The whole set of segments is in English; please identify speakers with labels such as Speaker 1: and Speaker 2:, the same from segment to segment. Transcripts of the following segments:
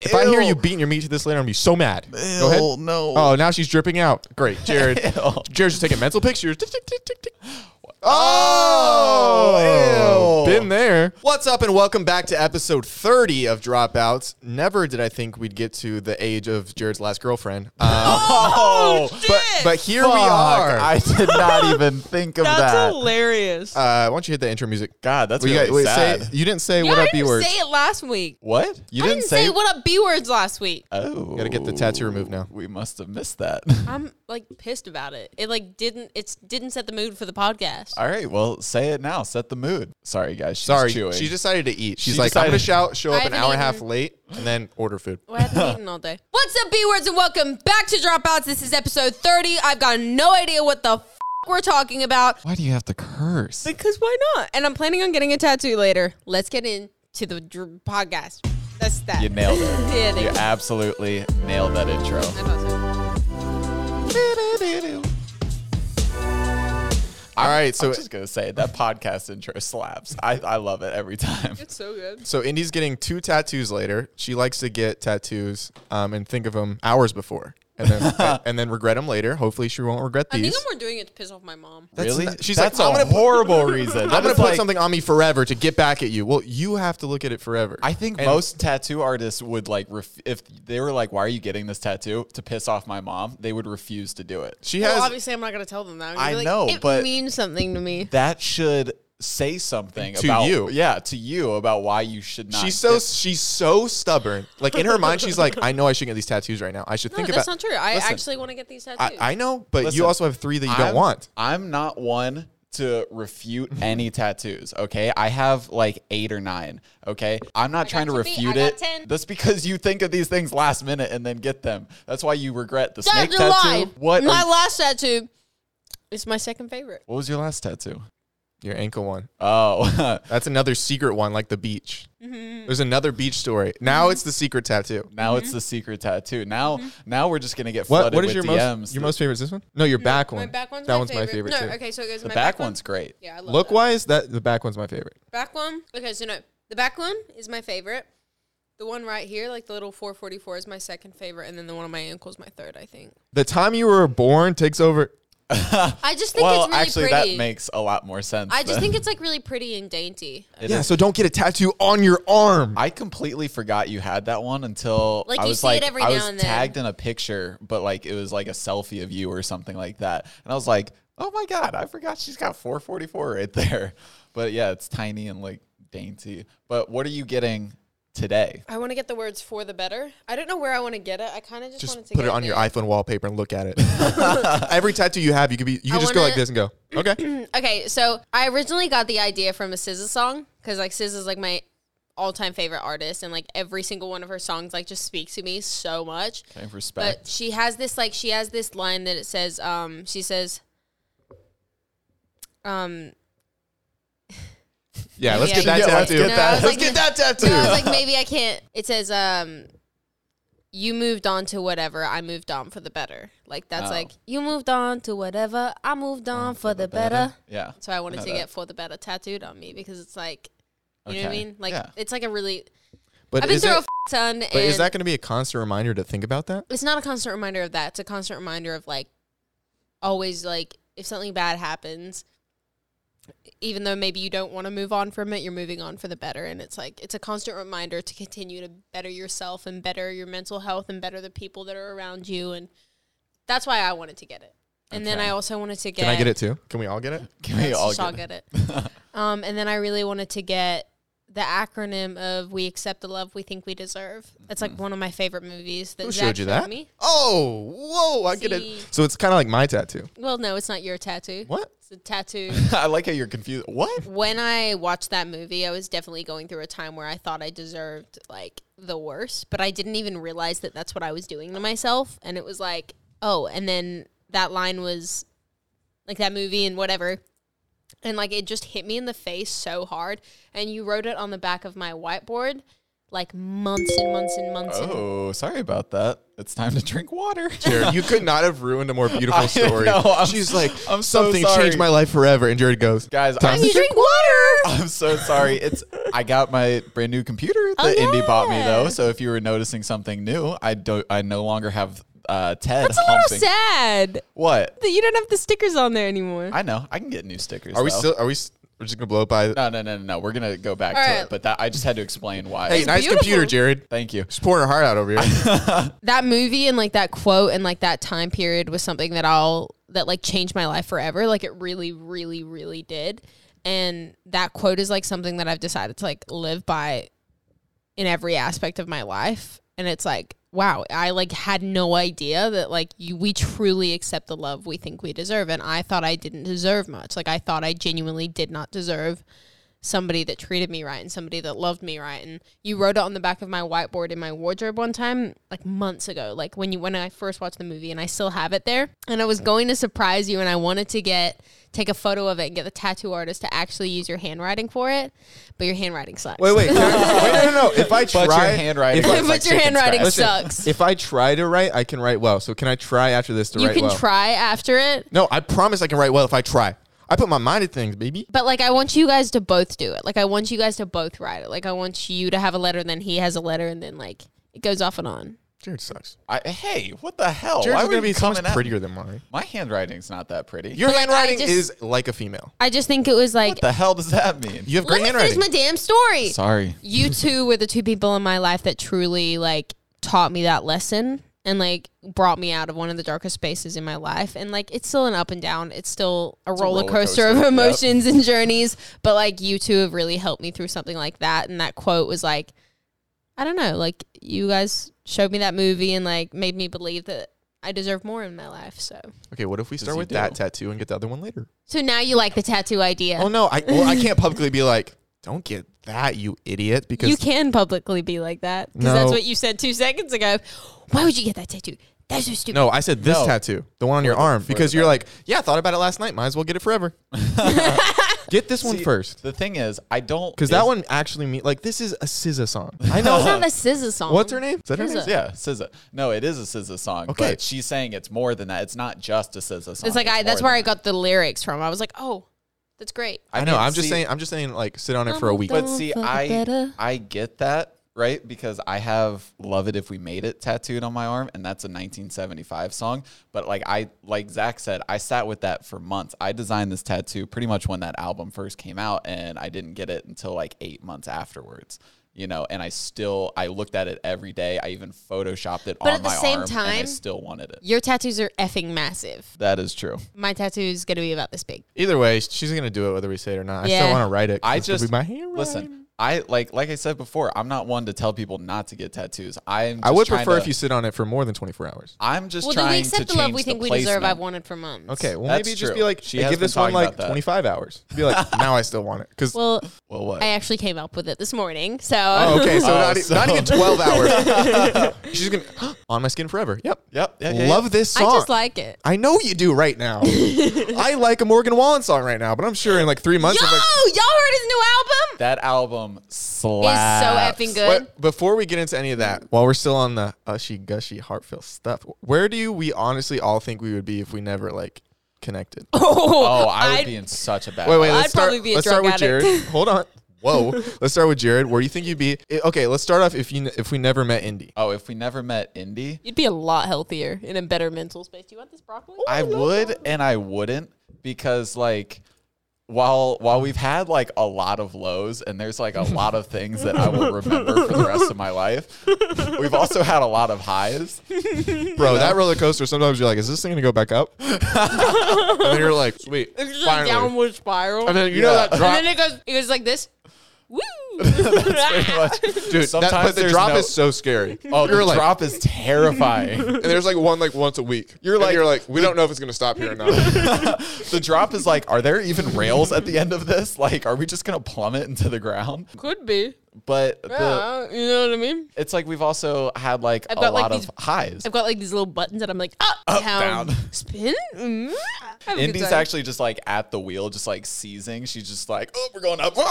Speaker 1: If I hear
Speaker 2: Ew.
Speaker 1: you beating your meat to this later, I'm gonna be so mad. Go
Speaker 2: Ew,
Speaker 1: ahead.
Speaker 2: no.
Speaker 1: Oh, now she's dripping out. Great, Jared.
Speaker 2: Ew.
Speaker 1: Jared's just taking mental pictures. Tick, tick, tick, tick, tick.
Speaker 2: Oh, ew.
Speaker 1: been there. What's up, and welcome back to episode 30 of Dropouts. Never did I think we'd get to the age of Jared's last girlfriend. Um,
Speaker 2: Oh,
Speaker 1: but but here
Speaker 2: fuck,
Speaker 1: we are.
Speaker 2: I did not even think of
Speaker 3: That's
Speaker 2: that.
Speaker 3: hilarious.
Speaker 1: uh, why don't you hit the intro music?
Speaker 2: God, that's
Speaker 1: Well, you
Speaker 2: really
Speaker 1: got- wait,
Speaker 2: sad.
Speaker 1: say- you didn't say
Speaker 3: yeah,
Speaker 1: what
Speaker 3: I
Speaker 1: up B
Speaker 3: didn't
Speaker 1: words.
Speaker 3: say it last week.
Speaker 2: what?
Speaker 1: You
Speaker 3: I
Speaker 1: didn't,
Speaker 3: didn't say, what up B words last week.
Speaker 2: Oh,
Speaker 1: Gotta get the tattoo removed now.
Speaker 2: We must have missed that.
Speaker 3: I'm like pissed about it. It like didn't it's didn't set the mood for the podcast.
Speaker 2: All right, well, say it now. Set the mood. Sorry, guys. She's
Speaker 1: Sorry,
Speaker 2: chewing.
Speaker 1: she decided to eat. She's
Speaker 2: She
Speaker 1: like, I'm gonna shout,
Speaker 2: decided-
Speaker 1: show
Speaker 3: I
Speaker 1: up an
Speaker 3: haven't
Speaker 1: hour and a half
Speaker 3: eaten.
Speaker 1: late, and then order food.
Speaker 3: Well, I haven't eaten all day. What's up, B words, and welcome back to Dropouts. This is episode thirty. I've got no idea what the f- we're talking about
Speaker 2: Why do you have to curse?
Speaker 3: because why not? And I'm planning on getting a tattoo later. Let's get into the dr- podcast. That's that.
Speaker 2: You nailed it.
Speaker 3: Did it.
Speaker 2: You absolutely nailed that intro.
Speaker 3: I thought so.
Speaker 1: All right, so
Speaker 2: I'm just gonna say that podcast intro slaps. I, I love it every time.
Speaker 3: It's so good.
Speaker 1: So Indy's getting two tattoos later. She likes to get tattoos um, and think of them hours before, and then and then regret them later. Hopefully, she won't regret
Speaker 3: I
Speaker 1: these.
Speaker 3: think I'm more doing it to piss off my mom.
Speaker 1: That's
Speaker 2: really?
Speaker 1: not- she's
Speaker 2: That's
Speaker 1: like,
Speaker 2: a
Speaker 1: I'm gonna put-
Speaker 2: horrible reason.
Speaker 1: I'm gonna
Speaker 2: That's
Speaker 1: put
Speaker 2: like-
Speaker 1: something on me forever to get back at you. Well, you have to look at it forever.
Speaker 2: I think
Speaker 1: And-
Speaker 2: most tattoo artists would like ref- if they were like, "Why are you getting this tattoo?" to piss off my mom, they would refuse to do it.
Speaker 1: she
Speaker 3: Well,
Speaker 1: has.
Speaker 3: obviously, I'm not going to tell them that. I'm gonna
Speaker 2: I
Speaker 3: be like,
Speaker 2: know,
Speaker 3: it
Speaker 2: but-
Speaker 3: means something to me.
Speaker 2: That should say something
Speaker 1: To
Speaker 2: about
Speaker 1: you.
Speaker 2: Yeah, to you about why you should not.
Speaker 1: She's so
Speaker 2: get-
Speaker 1: she's so stubborn. Like in her mind, she's like, I know I should get these tattoos right now. I should
Speaker 3: No,
Speaker 1: think
Speaker 3: that's
Speaker 1: about.
Speaker 3: not true. I
Speaker 1: Listen,
Speaker 3: actually want to get these tattoos.
Speaker 1: I, I know, but
Speaker 2: Listen,
Speaker 1: you also have three that you
Speaker 2: I'm-
Speaker 1: don't want.
Speaker 2: I'm not one to refute any tattoos, okay? I have like eight or nine, okay? I'm not trying to
Speaker 3: two feet,
Speaker 2: refute
Speaker 3: I got
Speaker 2: it.
Speaker 3: 10.
Speaker 2: That's because you think of these things last minute and then get them. That's why you regret the snake
Speaker 3: That's a
Speaker 2: tattoo.
Speaker 3: lie.
Speaker 2: What?
Speaker 3: My
Speaker 2: are-
Speaker 3: last tattoo is my second favorite.
Speaker 2: what was your last tattoo?
Speaker 1: Your ankle one.
Speaker 2: Oh,
Speaker 1: That's another secret one, like the beach.
Speaker 3: Mm-hmm.
Speaker 1: There's another beach story. Now it's the secret tattoo.
Speaker 2: now it's the secret tattoo. Now,
Speaker 3: Mm-hmm.
Speaker 2: now we're just gonna get
Speaker 1: What
Speaker 2: flooded
Speaker 1: what is
Speaker 2: with
Speaker 1: your
Speaker 2: DMs.
Speaker 1: most your most favorite? Is this one? No, your back one.
Speaker 3: My back one's
Speaker 1: that
Speaker 3: my
Speaker 1: one's
Speaker 3: favorite.
Speaker 1: my favorite
Speaker 3: no,
Speaker 1: too.
Speaker 3: okay, so it goes
Speaker 2: the
Speaker 3: my
Speaker 2: back,
Speaker 3: one.
Speaker 2: one's great.
Speaker 3: Yeah, I love
Speaker 1: Look
Speaker 3: that.
Speaker 1: wise, that the back one's my favorite.
Speaker 3: Back one. Okay, so no, the back one is my favorite. The one right here, like the little 444, is my second favorite, and then the one on my ankle is my third. I think.
Speaker 1: The time you were born takes over.
Speaker 3: I just think
Speaker 2: Well,
Speaker 3: it's really
Speaker 2: actually,
Speaker 3: pretty.
Speaker 2: that makes a lot more sense.
Speaker 3: I just
Speaker 2: than-
Speaker 3: think it's like really pretty and dainty.
Speaker 2: It
Speaker 1: yeah,
Speaker 2: is-
Speaker 1: so don't get a tattoo on your arm.
Speaker 2: I completely forgot you had that one until
Speaker 3: Like,
Speaker 2: I
Speaker 3: you
Speaker 2: was
Speaker 3: see it
Speaker 2: like
Speaker 3: every
Speaker 2: I
Speaker 3: now
Speaker 2: was
Speaker 3: and then.
Speaker 2: tagged in a picture, but like it was like a selfie of you or something like that, and I was like, oh my god, I forgot she's got 444 right there. But yeah, it's tiny and like dainty. But what are you getting today?
Speaker 3: I want to get the words for the better. I don't know where I want to get it. I kind of just, wanted
Speaker 1: just
Speaker 3: to
Speaker 1: put
Speaker 3: get
Speaker 1: it on your
Speaker 3: there.
Speaker 1: iPhone wallpaper and look at it. Every tattoo you have, you could be you could
Speaker 3: I
Speaker 1: just go
Speaker 3: wanna-
Speaker 1: like this and go. Okay.
Speaker 3: Okay, so I originally got the idea from a SZA song because like SZA's like my all-time favorite artist, and like every single one of her songs like just speaks to me so much.
Speaker 2: Okay,
Speaker 3: But
Speaker 2: respect.
Speaker 3: she has this like she has this line that it says, um, she says, um,
Speaker 1: Yeah, let's
Speaker 3: Yeah,
Speaker 1: get
Speaker 3: you
Speaker 1: that
Speaker 3: get
Speaker 1: tattoo.
Speaker 3: like- No, I was
Speaker 1: let's
Speaker 3: like-
Speaker 1: get that tattoo.
Speaker 3: no, I was like maybe I can't. It says, um. You moved on to whatever, I moved on for the better. Like that's
Speaker 2: Oh.
Speaker 3: like you moved on to whatever, I moved on for the better.
Speaker 2: yeah.
Speaker 3: So I wanted
Speaker 2: know
Speaker 3: to
Speaker 2: that.
Speaker 3: get for the better tattooed on me because it's like, you know what I
Speaker 2: Okay.
Speaker 3: mean? Like
Speaker 2: Yeah.
Speaker 3: it's like a really.
Speaker 1: but
Speaker 3: I've been
Speaker 1: is
Speaker 3: through
Speaker 1: it-
Speaker 3: a f- ton,
Speaker 1: but
Speaker 3: and
Speaker 1: is that going to be a constant reminder to think about that?
Speaker 3: it's not a constant reminder of that. It's a constant reminder of like, always like if something bad happens, even though maybe you don't want to move on from it, you're moving on for the better, and it's like it's a constant reminder to continue to better yourself and better your mental health and better the people that are around you, and that's why I wanted to get it. And then
Speaker 2: Okay.
Speaker 3: I also wanted to get.
Speaker 1: Can I get it too? Can we all get it?
Speaker 2: Can we
Speaker 3: Let's
Speaker 2: all
Speaker 3: just all
Speaker 2: get
Speaker 3: get it. um, and then I really wanted to get the acronym of "We accept the love we think we deserve." That's like one of my favorite movies. That
Speaker 1: Mm-hmm. Who
Speaker 3: Zach
Speaker 1: showed you that?
Speaker 3: Me.
Speaker 1: Oh, whoa! I get
Speaker 3: See.
Speaker 1: it. So it's kind of like my tattoo.
Speaker 3: Well, no, it's not your tattoo.
Speaker 1: What?
Speaker 3: It's a tattoo.
Speaker 2: I like how you're confused. What?
Speaker 3: when I watched that movie, I was definitely going through a time where I thought I deserved like the worst, but I didn't even realize that that's what I was doing to myself. And it was like, oh, and then that line was like that movie and whatever. And like it just hit me in the face so hard. And you wrote it on the back of my whiteboard. like months and months and months. and-
Speaker 2: Oh, sorry about that. It's time to drink water.
Speaker 1: Jared, you could not have ruined a more beautiful
Speaker 2: I
Speaker 1: story.
Speaker 2: know, I'm-
Speaker 1: She's like,
Speaker 2: I'm so
Speaker 1: something
Speaker 2: sorry."
Speaker 1: changed my life forever. And Jared goes,
Speaker 2: Guys,
Speaker 1: Time
Speaker 2: I'm,
Speaker 1: to
Speaker 3: you drink water.
Speaker 2: I'm so sorry. It's I got my brand new computer that
Speaker 3: Oh,
Speaker 2: Indy bought me though.
Speaker 3: yeah.
Speaker 2: So if you were noticing something new, I don't. I no longer have uh, Ted.
Speaker 3: That's a little
Speaker 2: humping-
Speaker 3: sad
Speaker 2: What?
Speaker 3: that you don't have the stickers on there anymore.
Speaker 2: I know. I can get new stickers.
Speaker 1: Are we
Speaker 2: though.
Speaker 1: still, are we, s- we're just going to blow it by.
Speaker 2: No, no, no, no, no. We're gonna go back
Speaker 3: All
Speaker 2: to
Speaker 3: right.
Speaker 2: it. But that I just had to explain why.
Speaker 1: hey,
Speaker 3: It's
Speaker 1: nice computer,
Speaker 3: beautiful.
Speaker 1: Jared.
Speaker 2: Thank you.
Speaker 1: She's pouring her heart out over here.
Speaker 3: that movie and like that quote and like that time period was something that I'll that like changed my life forever. Like it really, really, really did. And that quote is like something that I've decided to like live by in every aspect of my life. And it's like, wow, I like had no idea that like you we truly accept the love we think we deserve. And I thought I didn't deserve much. Like I thought I genuinely did not deserve somebody that treated me right and somebody that loved me right and you wrote it on the back of my whiteboard in my wardrobe one time like months ago like when you when I first watched the movie and I still have it there and I was going to surprise you and I wanted to get take a photo of it and get the tattoo artist to actually use your handwriting for it but your handwriting sucks
Speaker 1: wait, wait, Jared- wait, no, no, no. If I try,
Speaker 2: But your handwriting.
Speaker 1: If I,
Speaker 2: looks
Speaker 3: But
Speaker 2: like
Speaker 3: your
Speaker 2: chicken
Speaker 3: handwriting
Speaker 2: scratch.
Speaker 3: Listen, sucks.
Speaker 1: if I try to write, I can write well. So can I try after this to
Speaker 3: you
Speaker 1: write
Speaker 3: can
Speaker 1: well?
Speaker 3: try after it
Speaker 1: No, I promise I can write well if I try. I put my mind to things, baby.
Speaker 3: but like I want you guys to both do it like I want you guys to both write it like I want you to have a letter and then he has a letter and then like it goes off and on
Speaker 1: Jared sucks.
Speaker 2: I, hey, what the hell?
Speaker 1: Jared's
Speaker 2: why
Speaker 1: going
Speaker 2: would
Speaker 1: to be
Speaker 2: you
Speaker 1: so
Speaker 2: coming
Speaker 1: much
Speaker 2: at-
Speaker 1: prettier than mine.
Speaker 2: My handwriting's not that pretty.
Speaker 1: Your
Speaker 3: like, I
Speaker 1: handwriting
Speaker 3: just-
Speaker 1: is like a female.
Speaker 3: I just think it was like
Speaker 2: what the hell does that mean?
Speaker 1: You have
Speaker 3: let
Speaker 1: great
Speaker 3: me finish
Speaker 1: handwriting.
Speaker 3: my damn story
Speaker 2: Sorry.
Speaker 3: you two were the two people in my life that truly like taught me that lesson and like brought me out of one of the darkest spaces in my life and like it's still an up and down it's still a, roller,
Speaker 2: roller
Speaker 3: coaster,
Speaker 2: coaster,
Speaker 3: of
Speaker 2: yep.
Speaker 3: emotions and journeys but like you two have really helped me through something like that and that quote was like i don't know like you guys showed me that movie and like made me believe that i deserve more in my life so
Speaker 1: okay, what if we start
Speaker 2: he
Speaker 1: with
Speaker 2: do?
Speaker 1: that tattoo and get the other one later?
Speaker 3: so now you like the tattoo idea
Speaker 1: Oh no, I well, I can't publicly be like, don't get that, you idiot, because
Speaker 3: You can publicly be like that because
Speaker 1: No.
Speaker 3: that's what you said two seconds ago. Why would you get that tattoo? That's so stupid.
Speaker 1: no, I said this
Speaker 2: No.
Speaker 1: tattoo, the one on your arm,
Speaker 2: for
Speaker 1: because
Speaker 2: the
Speaker 1: you're like, yeah, I thought about it last night. Might as well get it forever. get this one
Speaker 2: See,
Speaker 1: first,
Speaker 2: The thing is, I don't.
Speaker 1: because that
Speaker 2: is-
Speaker 1: one actually means like this is a SZA song. I
Speaker 3: That's
Speaker 1: know.
Speaker 3: not the scissor song.
Speaker 1: What's her name? Is that her
Speaker 3: SZA.
Speaker 1: name?
Speaker 2: Yeah, SZA. No, it is a SZA song.
Speaker 1: Okay.
Speaker 2: But she's saying it's more than that. It's not just a SZA song.
Speaker 3: It's like I.
Speaker 2: more
Speaker 3: That's where I
Speaker 2: than
Speaker 3: got the lyrics from. I was like, oh, that's great.
Speaker 2: that.
Speaker 1: I know.
Speaker 2: mean,
Speaker 1: I'm just
Speaker 2: see-
Speaker 1: saying. I'm just saying. Like, sit on it for a week.
Speaker 3: But-
Speaker 2: But
Speaker 3: Don't
Speaker 2: see,
Speaker 3: Oh, fuck it
Speaker 2: I
Speaker 3: better.
Speaker 2: I get that right because I have "Love It If We Made It" tattooed on my arm, and that's a 1975 song. But like I like Zach said, I sat with that for months. I designed this tattoo pretty much when that album first came out, and I didn't get it until like eight months afterwards. You know, and I still I looked at it every day. I even photoshopped it
Speaker 3: But
Speaker 2: on
Speaker 3: at the
Speaker 2: my
Speaker 3: same
Speaker 2: arm, and I
Speaker 3: time-
Speaker 2: still wanted it.
Speaker 3: Your tattoos are effing massive.
Speaker 2: That is true.
Speaker 3: My tattoo is gonna be about this big.
Speaker 1: Either way, she's gonna do it whether we say it or not. I still
Speaker 3: Yeah.
Speaker 1: want to write it. 'cause
Speaker 2: I
Speaker 1: it's gonna
Speaker 2: just
Speaker 1: be my handwriting.
Speaker 2: listen. I like like I said before. I'm not one to tell people not to get tattoos. I'm.
Speaker 1: I
Speaker 2: just
Speaker 1: would
Speaker 2: trying
Speaker 1: prefer
Speaker 2: to-
Speaker 1: if you sit on it for more than 24 hours.
Speaker 2: I'm just
Speaker 3: Well,
Speaker 2: trying
Speaker 3: then we accept
Speaker 2: to
Speaker 3: the love
Speaker 2: change
Speaker 3: we think we
Speaker 2: placement.
Speaker 3: deserve. I've wanted for months.
Speaker 1: Okay, well
Speaker 2: That's
Speaker 1: maybe just
Speaker 2: true.
Speaker 1: be like,
Speaker 2: She
Speaker 1: hey,
Speaker 2: has
Speaker 1: give
Speaker 2: been
Speaker 1: this one
Speaker 2: talking
Speaker 1: like
Speaker 2: about that.
Speaker 1: 25 hours. Be like, now I still want it because.
Speaker 3: Well,
Speaker 2: Well, what?
Speaker 3: I actually came up with it this morning, so
Speaker 1: oh, okay, so,
Speaker 2: Oh,
Speaker 1: not, e-
Speaker 2: so-
Speaker 1: not even 12 hours. She's gonna on my skin forever. Yep,
Speaker 2: Yep, yeah, yeah,
Speaker 1: Love
Speaker 2: yeah.
Speaker 1: this
Speaker 3: I
Speaker 1: song. I,
Speaker 3: just like it.
Speaker 1: know you do right now. I like a Morgan Wallen song right now, but I'm sure in like three
Speaker 3: Yo,
Speaker 1: months. I'm like,
Speaker 3: y'all heard his new album?
Speaker 2: that album slaps.
Speaker 3: It's so effing good.
Speaker 1: But before we get into any of that, while we're still on the ushy gushy heartfelt stuff, where do you, we honestly all think we would be if we never like connected?
Speaker 2: Oh, I would
Speaker 3: I'd-
Speaker 2: be in such a bad.
Speaker 1: Wait, wait.
Speaker 2: place.
Speaker 1: Let's
Speaker 3: I'd
Speaker 1: start,
Speaker 3: probably be a
Speaker 1: let's start
Speaker 3: drug
Speaker 1: with
Speaker 3: addict.
Speaker 1: Jared. Hold on. Whoa. let's start with Jared. Where do you think you'd be? i- Okay. Let's start off if you if we never met Indy.
Speaker 2: Oh, if we never met Indy,
Speaker 3: You'd be a lot healthier in a better mental space. Do you want this broccoli?
Speaker 2: I would and I wouldn't because like. While while we've had like a lot of lows and there's like a lot of things that I will remember for the rest of my life, we've also had a lot of highs.
Speaker 1: Bro, that roller coaster. Sometimes you're like, is this thing gonna go back up? and then you're like, sweet.
Speaker 3: It's just
Speaker 1: finally.
Speaker 3: a downward spiral.
Speaker 1: And
Speaker 3: And
Speaker 1: then you know
Speaker 2: Yeah.
Speaker 1: that drop,
Speaker 3: then it goes, it goes like this. Woo!
Speaker 2: Pretty much.
Speaker 1: dude. That, but the
Speaker 2: there's
Speaker 1: drop
Speaker 2: no-
Speaker 1: is so scary.
Speaker 2: oh the
Speaker 1: you're like,
Speaker 2: drop is terrifying.
Speaker 1: and there's like one like once a week. You're like,
Speaker 2: like-
Speaker 1: you're like, we don't know if it's gonna stop here or not.
Speaker 2: The drop is like, are there even rails at the end of this? Like, are we just gonna plummet into the ground?
Speaker 3: Could be.
Speaker 2: But the,
Speaker 3: Yeah, you know what I mean?
Speaker 2: it's like we've also had like
Speaker 3: I've
Speaker 2: a
Speaker 3: got, like,
Speaker 2: lot
Speaker 3: these-
Speaker 2: of highs.
Speaker 3: I've got like these little buttons that I'm like, up, down,
Speaker 2: down.
Speaker 3: spin. Mm. Have a good
Speaker 2: Indy's
Speaker 3: time.
Speaker 2: actually just like at the wheel, just like seizing. She's just like, oh, we're going up.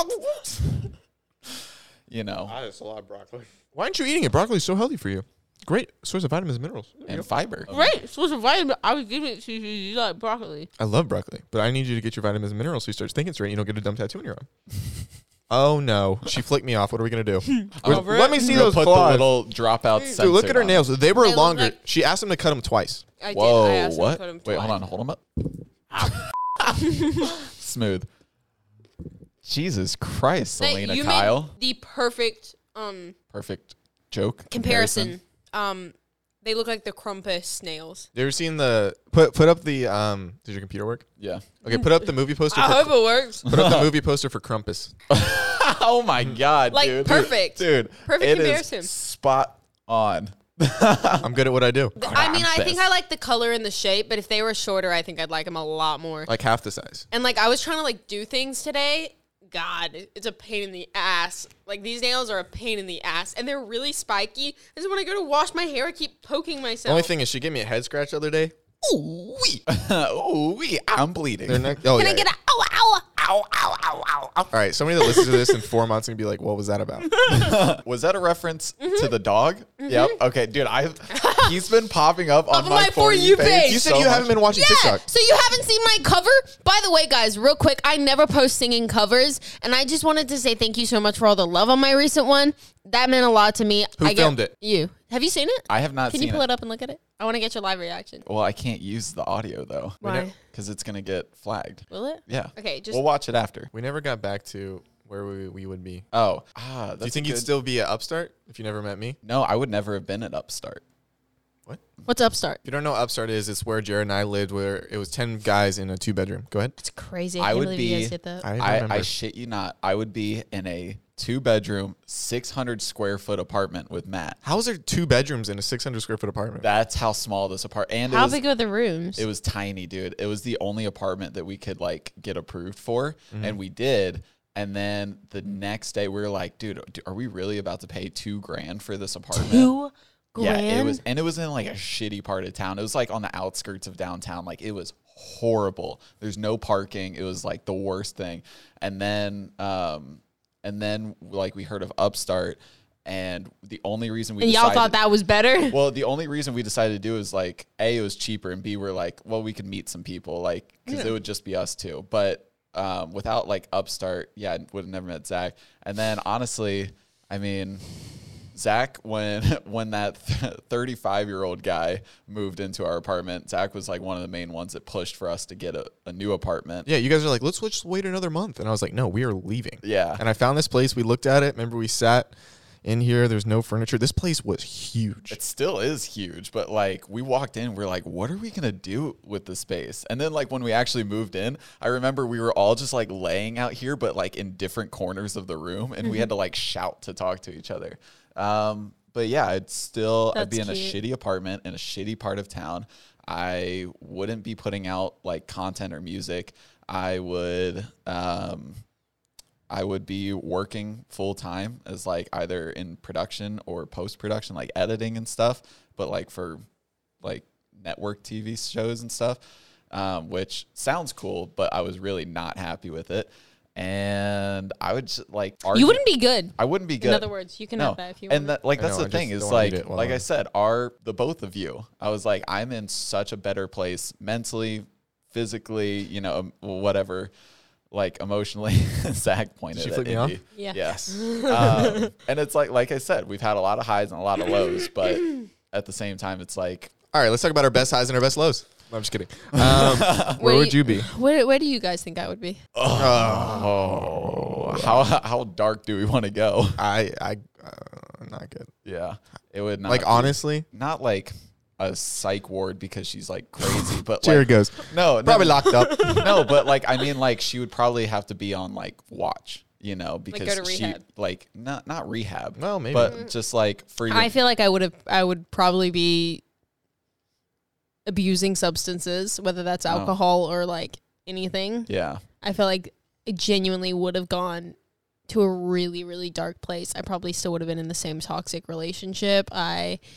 Speaker 2: you know,
Speaker 4: I just a lot of broccoli.
Speaker 1: Why aren't you eating it? Broccoli is so healthy for you. Great source of vitamins and minerals. There you
Speaker 2: and
Speaker 1: go.
Speaker 2: fiber.
Speaker 5: Great source of vitamin. I was giving it to you. You like broccoli.
Speaker 1: I love broccoli, but I need you to get your vitamins and minerals so you start thinking straight. And you don't get a dumb tattoo on your arm. oh no, she flicked me off. What are we gonna do? Where's-
Speaker 3: Over
Speaker 1: let
Speaker 3: it.
Speaker 1: me see
Speaker 2: You'll
Speaker 1: those
Speaker 2: put
Speaker 1: claws.
Speaker 2: the little dropout.
Speaker 1: Dude, look at
Speaker 2: sensor
Speaker 1: her
Speaker 2: on.
Speaker 1: nails. They were
Speaker 3: They look
Speaker 1: longer.
Speaker 3: like-
Speaker 1: she asked him to cut them twice.
Speaker 3: I did. I
Speaker 2: Whoa,
Speaker 3: asked him
Speaker 2: what?
Speaker 3: to put him
Speaker 2: Wait, hold
Speaker 3: twice.
Speaker 2: on, hold them up. Smooth. Jesus Christ,
Speaker 3: That-
Speaker 2: Selena
Speaker 3: you made
Speaker 2: Kyle.
Speaker 3: the perfect um
Speaker 2: Perfect joke
Speaker 3: comparison. Um, they look like the Krampus snails.
Speaker 1: You ever seen the put put up the um? Did your computer work?
Speaker 2: Yeah.
Speaker 1: Okay, put up the movie poster.
Speaker 5: I
Speaker 1: For,
Speaker 5: hope it works.
Speaker 1: put up the movie poster for Crumpus.
Speaker 2: oh my god,
Speaker 3: Like,
Speaker 2: dude.
Speaker 3: perfect.
Speaker 2: Dude.
Speaker 3: Perfect
Speaker 2: it is
Speaker 3: comparison.
Speaker 2: spot on.
Speaker 1: I'm good at what I do.
Speaker 3: Th- I mean, I think
Speaker 2: Krampus.
Speaker 3: I like the color and the shape, but if they were shorter, I think I'd like them a lot more.
Speaker 1: Like half the size.
Speaker 3: and like I was trying to like do things today. God, it's a pain in the ass. Like these nails are a pain in the ass, and they're really spiky. And so when I go to wash my hair, I keep poking myself.
Speaker 1: Only thing is, she gave me a head scratch the other day.
Speaker 2: Ooh wee. Ooh wee. I'm bleeding.
Speaker 1: Their neck- oh,
Speaker 3: Can
Speaker 1: yeah,
Speaker 3: I get
Speaker 1: yeah.
Speaker 3: a ow ow?
Speaker 2: ow, ow, ow, ow, ow.
Speaker 1: All right, somebody that listens to this in four months is gonna be like, "What was that about?"
Speaker 2: Was that a reference
Speaker 3: Mm-hmm.
Speaker 2: to the dog? Yep. Okay, dude. I he's been popping up on
Speaker 3: Up on
Speaker 2: my, for you page.
Speaker 1: You said
Speaker 2: so
Speaker 1: you haven't
Speaker 2: much.
Speaker 1: been watching TikTok.
Speaker 3: So you haven't seen my cover? By the way, guys, real quick, I never post singing covers, and I just wanted to say thank you so much for all the love on my recent one. That meant a lot to me.
Speaker 1: Who
Speaker 3: I get-
Speaker 1: filmed it?
Speaker 3: You. Have you seen it?
Speaker 2: I have not
Speaker 3: Can
Speaker 2: seen
Speaker 3: you pull
Speaker 2: it. Oh.
Speaker 3: it. up and look at it? I want to get your live reaction.
Speaker 2: Well, I can't use the audio though.
Speaker 3: Why?
Speaker 2: Because it's gonna get flagged.
Speaker 3: Will it?
Speaker 2: Yeah.
Speaker 3: Okay, just-
Speaker 2: we'll watch it after.
Speaker 1: We never got back to where we, we would be.
Speaker 2: Oh, ah, that's
Speaker 1: Do you think
Speaker 2: a
Speaker 1: you'd
Speaker 2: good-
Speaker 1: still be an upstart if you never met me? If
Speaker 2: No, I would never have been at Upstart.
Speaker 3: What's Upstart?
Speaker 1: you don't know what upstart is, it's where Jared and I lived, where it was ten guys in a two bedroom. Go ahead.
Speaker 3: That's crazy.
Speaker 2: I
Speaker 3: I, can't
Speaker 2: would
Speaker 3: believe you guys
Speaker 2: be-
Speaker 3: did that.
Speaker 1: I
Speaker 2: I,
Speaker 1: remember.
Speaker 2: I shit you not. I would be in a two bedroom, six hundred square foot apartment with Matt.
Speaker 1: How is there two bedrooms in a 600 square foot apartment?
Speaker 2: That's how small this apartment. And it
Speaker 3: How
Speaker 2: was,
Speaker 3: big are the rooms?
Speaker 2: It was tiny, dude. It was the only apartment that we could like get approved for, and we did. And then the next day, we were like, dude, d- are we really about to pay two grand for this apartment?
Speaker 3: Two
Speaker 2: Yeah,
Speaker 3: grand.
Speaker 2: it was, and it was in like a shitty part of town. It was like on the outskirts of downtown. Like it was horrible. There's no parking. It was like the worst thing. And then, um, and then like we heard of Upstart, and the only reason we
Speaker 3: and y'all
Speaker 2: decided-
Speaker 3: thought that was better?
Speaker 2: well, the only reason we decided to do is like a it was cheaper, and b we're like, well, we could meet some people, like because it would just be us two. But um, without like Upstart, yeah, I would have never met Zach. And then honestly, I mean, Zach, when when that thirty five year old guy moved into our apartment, Zach was like one of the main ones that pushed for us to get a, a new apartment.
Speaker 1: Yeah, you guys are like, let's just wait another month. And I was like, no, we are leaving.
Speaker 2: Yeah.
Speaker 1: And I found this place. We looked at it. Remember, we sat in here. There's no furniture. This place was huge.
Speaker 2: It still is huge, but like we walked in, we're like, what are we gonna do with the space? And then like when we actually moved in, I remember we were all just like laying out here, but like in different corners of the room, and we had to like shout to talk to each other. Um, but yeah, I'd still I'd
Speaker 3: That's
Speaker 2: be in
Speaker 3: cute.
Speaker 2: a shitty apartment in a shitty part of town. I wouldn't be putting out like content or music. I would um, I would be working full time as like either in production or post production, like editing and stuff, but like for like network TV shows and stuff, um, which sounds cool, but I was really not happy with it. And I would just like argue.
Speaker 3: you wouldn't be good.
Speaker 2: I wouldn't be good.
Speaker 3: In other words, you can have that if you
Speaker 2: And
Speaker 3: want.
Speaker 2: that, like
Speaker 1: I
Speaker 2: that's
Speaker 1: know,
Speaker 2: the
Speaker 1: I
Speaker 2: thing
Speaker 1: just
Speaker 2: is
Speaker 1: don't wanna eat
Speaker 2: like
Speaker 1: it while
Speaker 2: like
Speaker 1: I'm-
Speaker 2: I said, are the both of you? I was like, I'm in such a better place mentally, physically, you know, um, whatever, like emotionally. Zach pointed
Speaker 1: she
Speaker 2: at
Speaker 1: flick me
Speaker 2: Indy.
Speaker 1: off?
Speaker 3: Yeah.
Speaker 2: Yes. um, and it's like like I said, we've had a lot of highs and a lot of lows, but at the same time, it's like
Speaker 1: All right, let's talk about our best highs and our best lows. No, I'm just kidding. Um, where
Speaker 3: Wait.
Speaker 1: would you be?
Speaker 3: Where, where do you guys think I would be?
Speaker 2: oh, how how dark do we want to go?
Speaker 1: I, I, uh, not good.
Speaker 2: Yeah, it would not
Speaker 1: Like,
Speaker 2: be-
Speaker 1: honestly,
Speaker 2: not like a psych ward because she's like crazy, but
Speaker 1: Jared
Speaker 2: like,
Speaker 1: goes,
Speaker 2: no, no,
Speaker 1: probably locked up.
Speaker 2: no, but like I mean, like she would probably have to be on like watch, you know,
Speaker 3: go
Speaker 2: because
Speaker 3: to
Speaker 2: she
Speaker 3: rehab.
Speaker 2: like not not rehab,
Speaker 1: Well, maybe.
Speaker 2: but just like freedom.
Speaker 3: I feel like I would have. I would probably be abusing substances, whether that's alcohol or like anything.
Speaker 2: Oh. yeah,
Speaker 3: I feel like I genuinely would have gone to a really, really dark place. I probably still would have been in the same toxic relationship. I,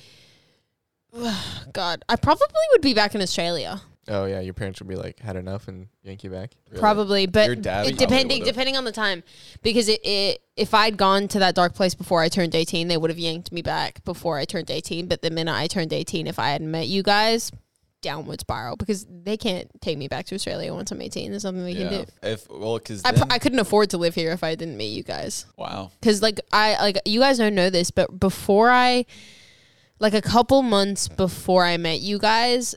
Speaker 3: God, I probably would be back in Australia.
Speaker 1: Oh, yeah, your parents would be like, had enough and yank you back.
Speaker 2: really.
Speaker 3: Probably, but
Speaker 2: Your dad
Speaker 3: it-
Speaker 2: probably
Speaker 3: depending
Speaker 2: would've.
Speaker 3: depending on the time, because it, it if I'd gone to that dark place before I turned 18, they would have yanked me back before I turned 18. But the minute I turned 18, if I had met you guys, downward spiral because they can't take me back to Australia once I'm 18. There's nothing they can do.
Speaker 2: If well, because
Speaker 3: I, pr- I couldn't afford to live here if I didn't meet you guys.
Speaker 2: wow,
Speaker 3: Cause like I like you guys don't know this, but before I, like a couple months before I met you guys,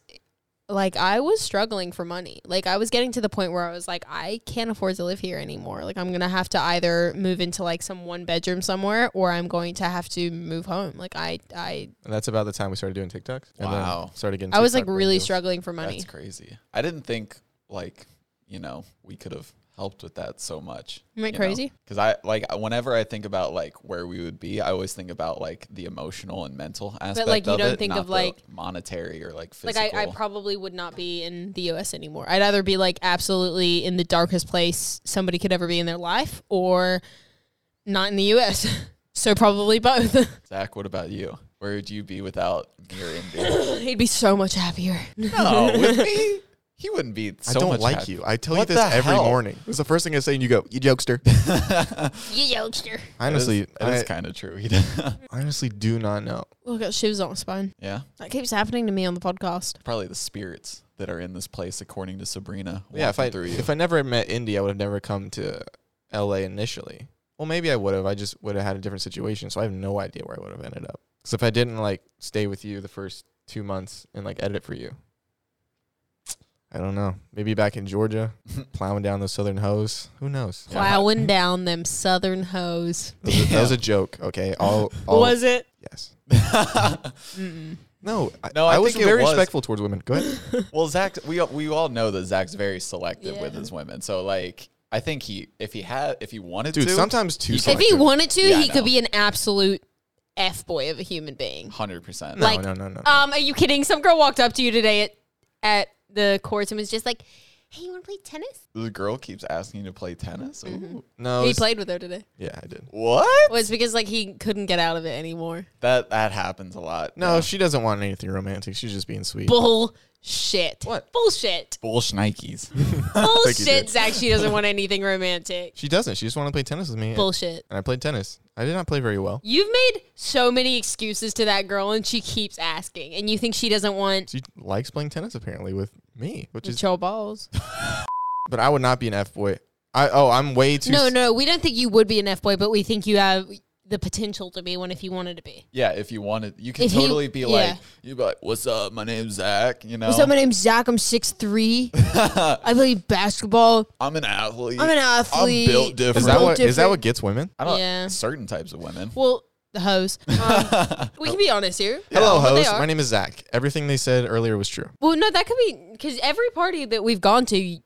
Speaker 3: like I was struggling for money. Like I was getting to the point where I was like, I can't afford to live here anymore. Like I'm gonna have to either move into like some one bedroom somewhere, or I'm going to have to move home. Like I I
Speaker 1: And that's about the time we started doing TikToks. And then
Speaker 2: Wow.
Speaker 1: started getting.
Speaker 3: I was like
Speaker 1: TikTok
Speaker 3: really
Speaker 1: videos.
Speaker 3: struggling for money.
Speaker 2: that's crazy. I didn't think like you know we could have helped with that so much.
Speaker 3: Am I crazy?
Speaker 2: Because I like whenever I think about like where we would be, I always think about like the emotional and mental aspect.
Speaker 3: like, you
Speaker 2: of
Speaker 3: don't
Speaker 2: it,
Speaker 3: think
Speaker 2: not
Speaker 3: of,
Speaker 2: the
Speaker 3: like-
Speaker 2: monetary or like physical.
Speaker 3: Like I, I probably would not be in the U.S. anymore. I'd either be like absolutely in the darkest place somebody could ever be in their life, or not in the U.S. so probably both.
Speaker 2: Zach, what about you? Where would you be without me or Indy?
Speaker 3: He'd be so much happier.
Speaker 2: no, with me, he wouldn't be.
Speaker 1: I
Speaker 2: So
Speaker 1: don't
Speaker 2: much
Speaker 1: like
Speaker 2: happier.
Speaker 1: you. I tell
Speaker 2: What
Speaker 1: you this
Speaker 2: the
Speaker 1: every
Speaker 2: hell?
Speaker 1: morning. It's the first thing I say, and you go, "You jokester."
Speaker 3: you youngster.
Speaker 1: honestly,
Speaker 2: it is,
Speaker 1: I
Speaker 2: kind of true. He did-
Speaker 1: honestly do not know.
Speaker 3: Look at shoes on my spine.
Speaker 2: yeah,
Speaker 3: That keeps happening to me on the podcast.
Speaker 2: probably the spirits that are in this place, according to Sabrina.
Speaker 1: Yeah, if
Speaker 2: walking
Speaker 1: I
Speaker 2: through you.
Speaker 1: if I never met Indy, I would have never come to L.A. initially. Well, maybe I would have. I just would have had a different situation, so I have no idea where I would have ended up. Because if I didn't like stay with you the first two months and like edit for you, I don't know. Maybe back in Georgia, plowing down those southern hoes. Who knows?
Speaker 2: Yeah.
Speaker 3: Plowing down them southern hoes.
Speaker 1: That was, a, that was a joke. Okay, all, all
Speaker 3: Was it?
Speaker 1: yes.
Speaker 3: Mm-mm.
Speaker 1: No, I,
Speaker 2: No,
Speaker 1: no, I,
Speaker 2: I
Speaker 1: was
Speaker 2: think it
Speaker 1: very
Speaker 2: was.
Speaker 1: respectful towards women. Go ahead.
Speaker 2: well, Zach, we we all know that Zach's very selective with
Speaker 3: Yeah.
Speaker 2: his women. So like, I think he if he had if he wanted
Speaker 1: Dude,
Speaker 2: to,
Speaker 1: sometimes too.
Speaker 2: If
Speaker 3: If he
Speaker 1: selective.
Speaker 3: wanted to,
Speaker 2: Yeah, I
Speaker 3: he could
Speaker 2: know.
Speaker 3: be an absolute f boy of a human being.
Speaker 2: hundred percent.
Speaker 1: no,
Speaker 3: like,
Speaker 1: no, no, no.
Speaker 3: Um, are you kidding? Some girl walked up to you today at, at the courts and was just like, "Hey, you want to play tennis?"
Speaker 2: The girl keeps asking you to play tennis. Ooh.
Speaker 1: no, it
Speaker 3: He
Speaker 1: was-
Speaker 3: played with her today.
Speaker 1: Yeah, I did.
Speaker 2: What?
Speaker 3: Well, it's because like he couldn't get out of it anymore.
Speaker 2: That that happens a lot.
Speaker 1: No,
Speaker 2: yeah.
Speaker 1: she doesn't want anything romantic. She's just being sweet.
Speaker 3: Bullshit.
Speaker 1: What?
Speaker 3: Bullshit.
Speaker 2: Bullshnikes.
Speaker 1: you,
Speaker 3: Bullshit.
Speaker 1: dude.
Speaker 3: Zach, she doesn't want anything romantic.
Speaker 1: She doesn't. She just wanted to play tennis with me. and-
Speaker 3: Bullshit.
Speaker 1: And I played tennis. I did not play very well.
Speaker 3: You've made so many excuses to that girl, and she keeps asking, and you think she doesn't want
Speaker 1: She likes playing tennis apparently with me, which is.
Speaker 3: your balls.
Speaker 1: But I would not be an f boy. I oh, I'm way too.
Speaker 3: No,
Speaker 1: s-
Speaker 3: no, we don't think you would be an f boy, but we think you have the potential to be one if you wanted to be.
Speaker 2: yeah, if you wanted, you can
Speaker 3: If he-
Speaker 2: totally be
Speaker 3: yeah.
Speaker 2: like, you be like, "What's up? My name's Zach."
Speaker 1: Oh.
Speaker 2: You know,
Speaker 3: So my name's Zach. I'm six three. I play basketball.
Speaker 2: I'm an athlete.
Speaker 3: I'm an athlete.
Speaker 2: I'm built
Speaker 1: Is
Speaker 2: different.
Speaker 1: that
Speaker 3: Well,
Speaker 1: what? Is that
Speaker 3: different-
Speaker 1: what gets women?
Speaker 2: I don't
Speaker 3: Yeah.
Speaker 2: certain types of women.
Speaker 3: Well, the hoes. Um, we can be honest here.
Speaker 1: Hello,
Speaker 3: Well, they
Speaker 1: host.
Speaker 3: are.
Speaker 1: My name is Zach. Everything they said earlier was true.
Speaker 3: Well, no, that could be because every party that we've gone to,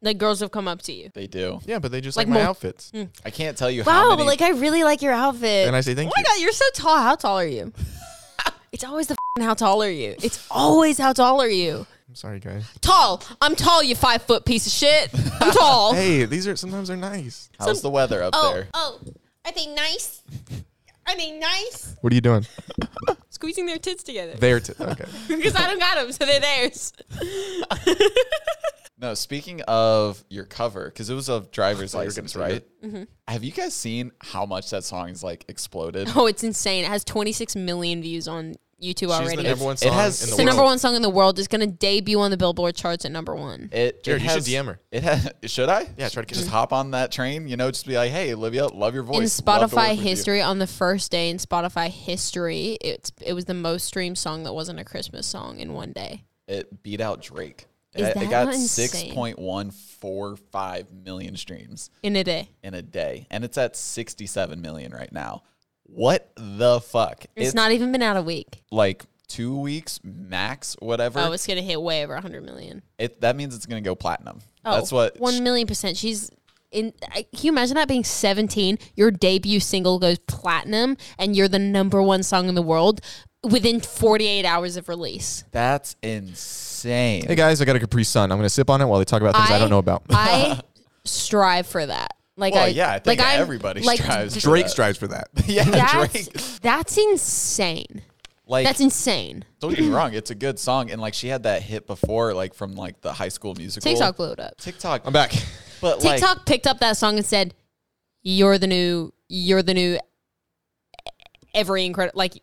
Speaker 3: like girls have come up to you.
Speaker 2: They do.
Speaker 1: Yeah, but they just like,
Speaker 3: Like Hmm.
Speaker 1: my
Speaker 3: more-
Speaker 1: outfits,
Speaker 2: I can't tell you how
Speaker 3: Wow,
Speaker 2: many.
Speaker 3: but like I really like your outfit.
Speaker 1: and I say thank
Speaker 3: oh my
Speaker 1: you.
Speaker 3: god, you're so tall. How tall are you? it's always the fing how tall are you? It's always how tall are you?
Speaker 1: I'm sorry, guys.
Speaker 3: Tall. I'm tall. You five foot piece of shit. I'm tall.
Speaker 1: Hey, these are sometimes they're nice.
Speaker 2: how's the weather up there?
Speaker 3: oh, are they nice? Are they nice?
Speaker 1: What are you doing?
Speaker 3: Squeezing their tits together
Speaker 1: There to okay.
Speaker 3: because I don't got them, so they're theirs.
Speaker 2: No, speaking of your cover, because it was a driver's
Speaker 1: thought you were
Speaker 2: license,
Speaker 1: gonna say
Speaker 2: right?
Speaker 3: Mm-hmm.
Speaker 2: Have you guys seen how much that song's like exploded?
Speaker 3: Oh, it's insane. It has 26 million views on YouTube
Speaker 1: She's
Speaker 3: already.
Speaker 1: the
Speaker 3: It's,
Speaker 1: number one
Speaker 2: It
Speaker 1: song
Speaker 2: has-
Speaker 1: in the
Speaker 3: it's the
Speaker 1: world.
Speaker 3: number one song in the world. It's going to debut on the Billboard charts at number one.
Speaker 2: It,
Speaker 1: Jared,
Speaker 2: it
Speaker 1: you should
Speaker 2: has-
Speaker 1: DM her.
Speaker 2: It has, should I?
Speaker 1: Yeah, try to get
Speaker 2: just
Speaker 1: her.
Speaker 2: hop on that train. You know, just be like, "Hey, Olivia, love your voice."
Speaker 3: Mm-hmm. in
Speaker 2: Love to work
Speaker 3: Spotify
Speaker 2: with you."
Speaker 3: history, on the first day in Spotify history, it's it was the most streamed song that wasn't a Christmas song in one day.
Speaker 2: it beat out Drake.
Speaker 3: Is
Speaker 2: it, it
Speaker 3: that
Speaker 2: got
Speaker 3: not insane?
Speaker 2: 6.145 million streams
Speaker 3: In a day,
Speaker 2: in a day, and it's at 67 million right now. What the fuck?
Speaker 3: it's, not even been out a week.
Speaker 2: like two weeks max, whatever.
Speaker 3: Oh, it's gonna hit way over 100 million.
Speaker 2: it that means it's gonna go platinum.
Speaker 3: Oh,
Speaker 2: That's what
Speaker 3: one million percent. She's in. I- Can you imagine that being 17? Your debut single goes platinum, and you're the number one song in the world within 48 hours of release.
Speaker 2: That's insane.
Speaker 1: Hey guys, I got a Capri Sun. I'm gonna sip on it while they talk about things I, don't know about.
Speaker 3: I strive for that. Like
Speaker 2: Well,
Speaker 3: I,
Speaker 2: yeah, I think
Speaker 3: like I'm-
Speaker 2: everybody
Speaker 3: like,
Speaker 2: strives. for
Speaker 1: Drake
Speaker 2: that.
Speaker 1: strives for that.
Speaker 2: yeah,
Speaker 3: That's,
Speaker 2: Drake.
Speaker 3: that's insane.
Speaker 2: Like,
Speaker 3: That's insane.
Speaker 2: don't get me wrong, it's a good song, and like she had that hit before, like from like the High School Musical.
Speaker 3: TikTok blew it up.
Speaker 2: TikTok.
Speaker 1: I'm back.
Speaker 2: But
Speaker 3: TikTok
Speaker 2: like,
Speaker 3: picked up that song and said, you're the new you're the new every incredible like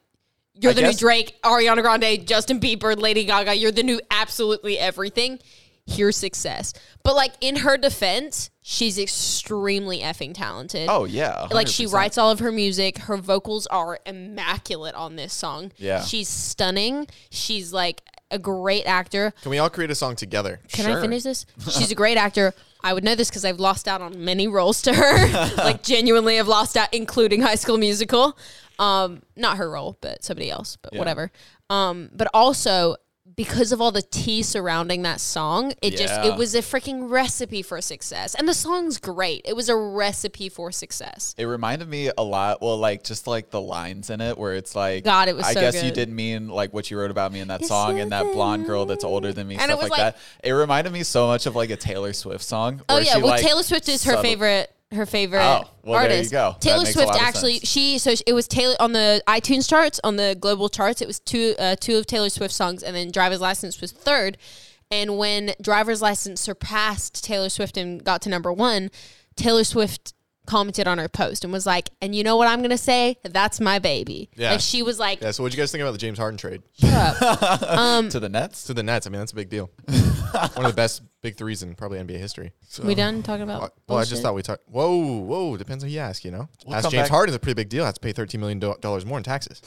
Speaker 3: you're
Speaker 2: I
Speaker 3: the
Speaker 2: guess-
Speaker 3: new Drake, Ariana Grande, Justin Bieber, Lady Gaga. You're the new absolutely everything. Here's success. But like in her defense, she's extremely effing talented.
Speaker 2: Oh yeah,
Speaker 3: like she
Speaker 2: 100%.
Speaker 3: writes all of her music. Her vocals are immaculate on this song.
Speaker 2: Yeah.
Speaker 3: She's stunning. She's like a great actor.
Speaker 1: Can we all create a song together?
Speaker 3: Can
Speaker 2: Sure.
Speaker 3: I finish this? She's a great actor. I would know this because I've lost out on many roles to her. like genuinely, have lost out, including High School Musical. Um, not her role, but somebody else. But
Speaker 2: Yeah.
Speaker 3: whatever. Um, but also because of all the tea surrounding that song, it just
Speaker 2: Yeah.
Speaker 3: it was a freaking recipe for success. And the song's great. It was a recipe for success.
Speaker 2: It reminded me a lot. Well, like just like the lines in it, where it's like,
Speaker 3: God, it was
Speaker 2: I
Speaker 3: so
Speaker 2: guess you
Speaker 3: good.
Speaker 2: didn't mean like what you wrote about me in that
Speaker 3: It's
Speaker 2: song
Speaker 3: so
Speaker 2: and that blonde girl that's older than me,
Speaker 3: And it
Speaker 2: stuff
Speaker 3: was
Speaker 2: like,
Speaker 3: like-
Speaker 2: that. It reminded me so much of like a Taylor Swift song.
Speaker 3: Oh
Speaker 2: where
Speaker 3: yeah,
Speaker 2: she,
Speaker 3: well
Speaker 2: like,
Speaker 3: Taylor Swift is her
Speaker 2: subtle-
Speaker 3: favorite. Her favorite
Speaker 2: Oh, well, there you
Speaker 3: artist.
Speaker 2: go. That
Speaker 3: Taylor
Speaker 2: makes a
Speaker 3: Swift
Speaker 2: lot of
Speaker 3: actually
Speaker 2: sense.
Speaker 3: she so sh- it was Taylor on the iTunes charts on the global charts. It was two uh, two of Taylor Swift's songs, and then Driver's License was third. And when Driver's License surpassed Taylor Swift and got to number one, Taylor Swift commented on her post and was like, "And you know what I'm gonna say? That's my baby."
Speaker 1: Yeah.
Speaker 3: Like she was like,
Speaker 1: Yeah. So, what would you guys think about the James Harden trade
Speaker 3: "Shut up." um,
Speaker 2: to the Nets.
Speaker 1: to the Nets? I mean, that's a big deal. One of the best big threes in probably NBA history. So,
Speaker 2: uh,
Speaker 3: we done talking about?"
Speaker 1: Well, well, I just
Speaker 3: bullshit?
Speaker 1: thought we talked. Whoa, whoa. Depends who you ask, you know.
Speaker 2: We'll
Speaker 1: ask
Speaker 2: come
Speaker 1: James
Speaker 2: back-
Speaker 1: Harden's a pretty big deal. Has to pay thirteen million dollars more in taxes.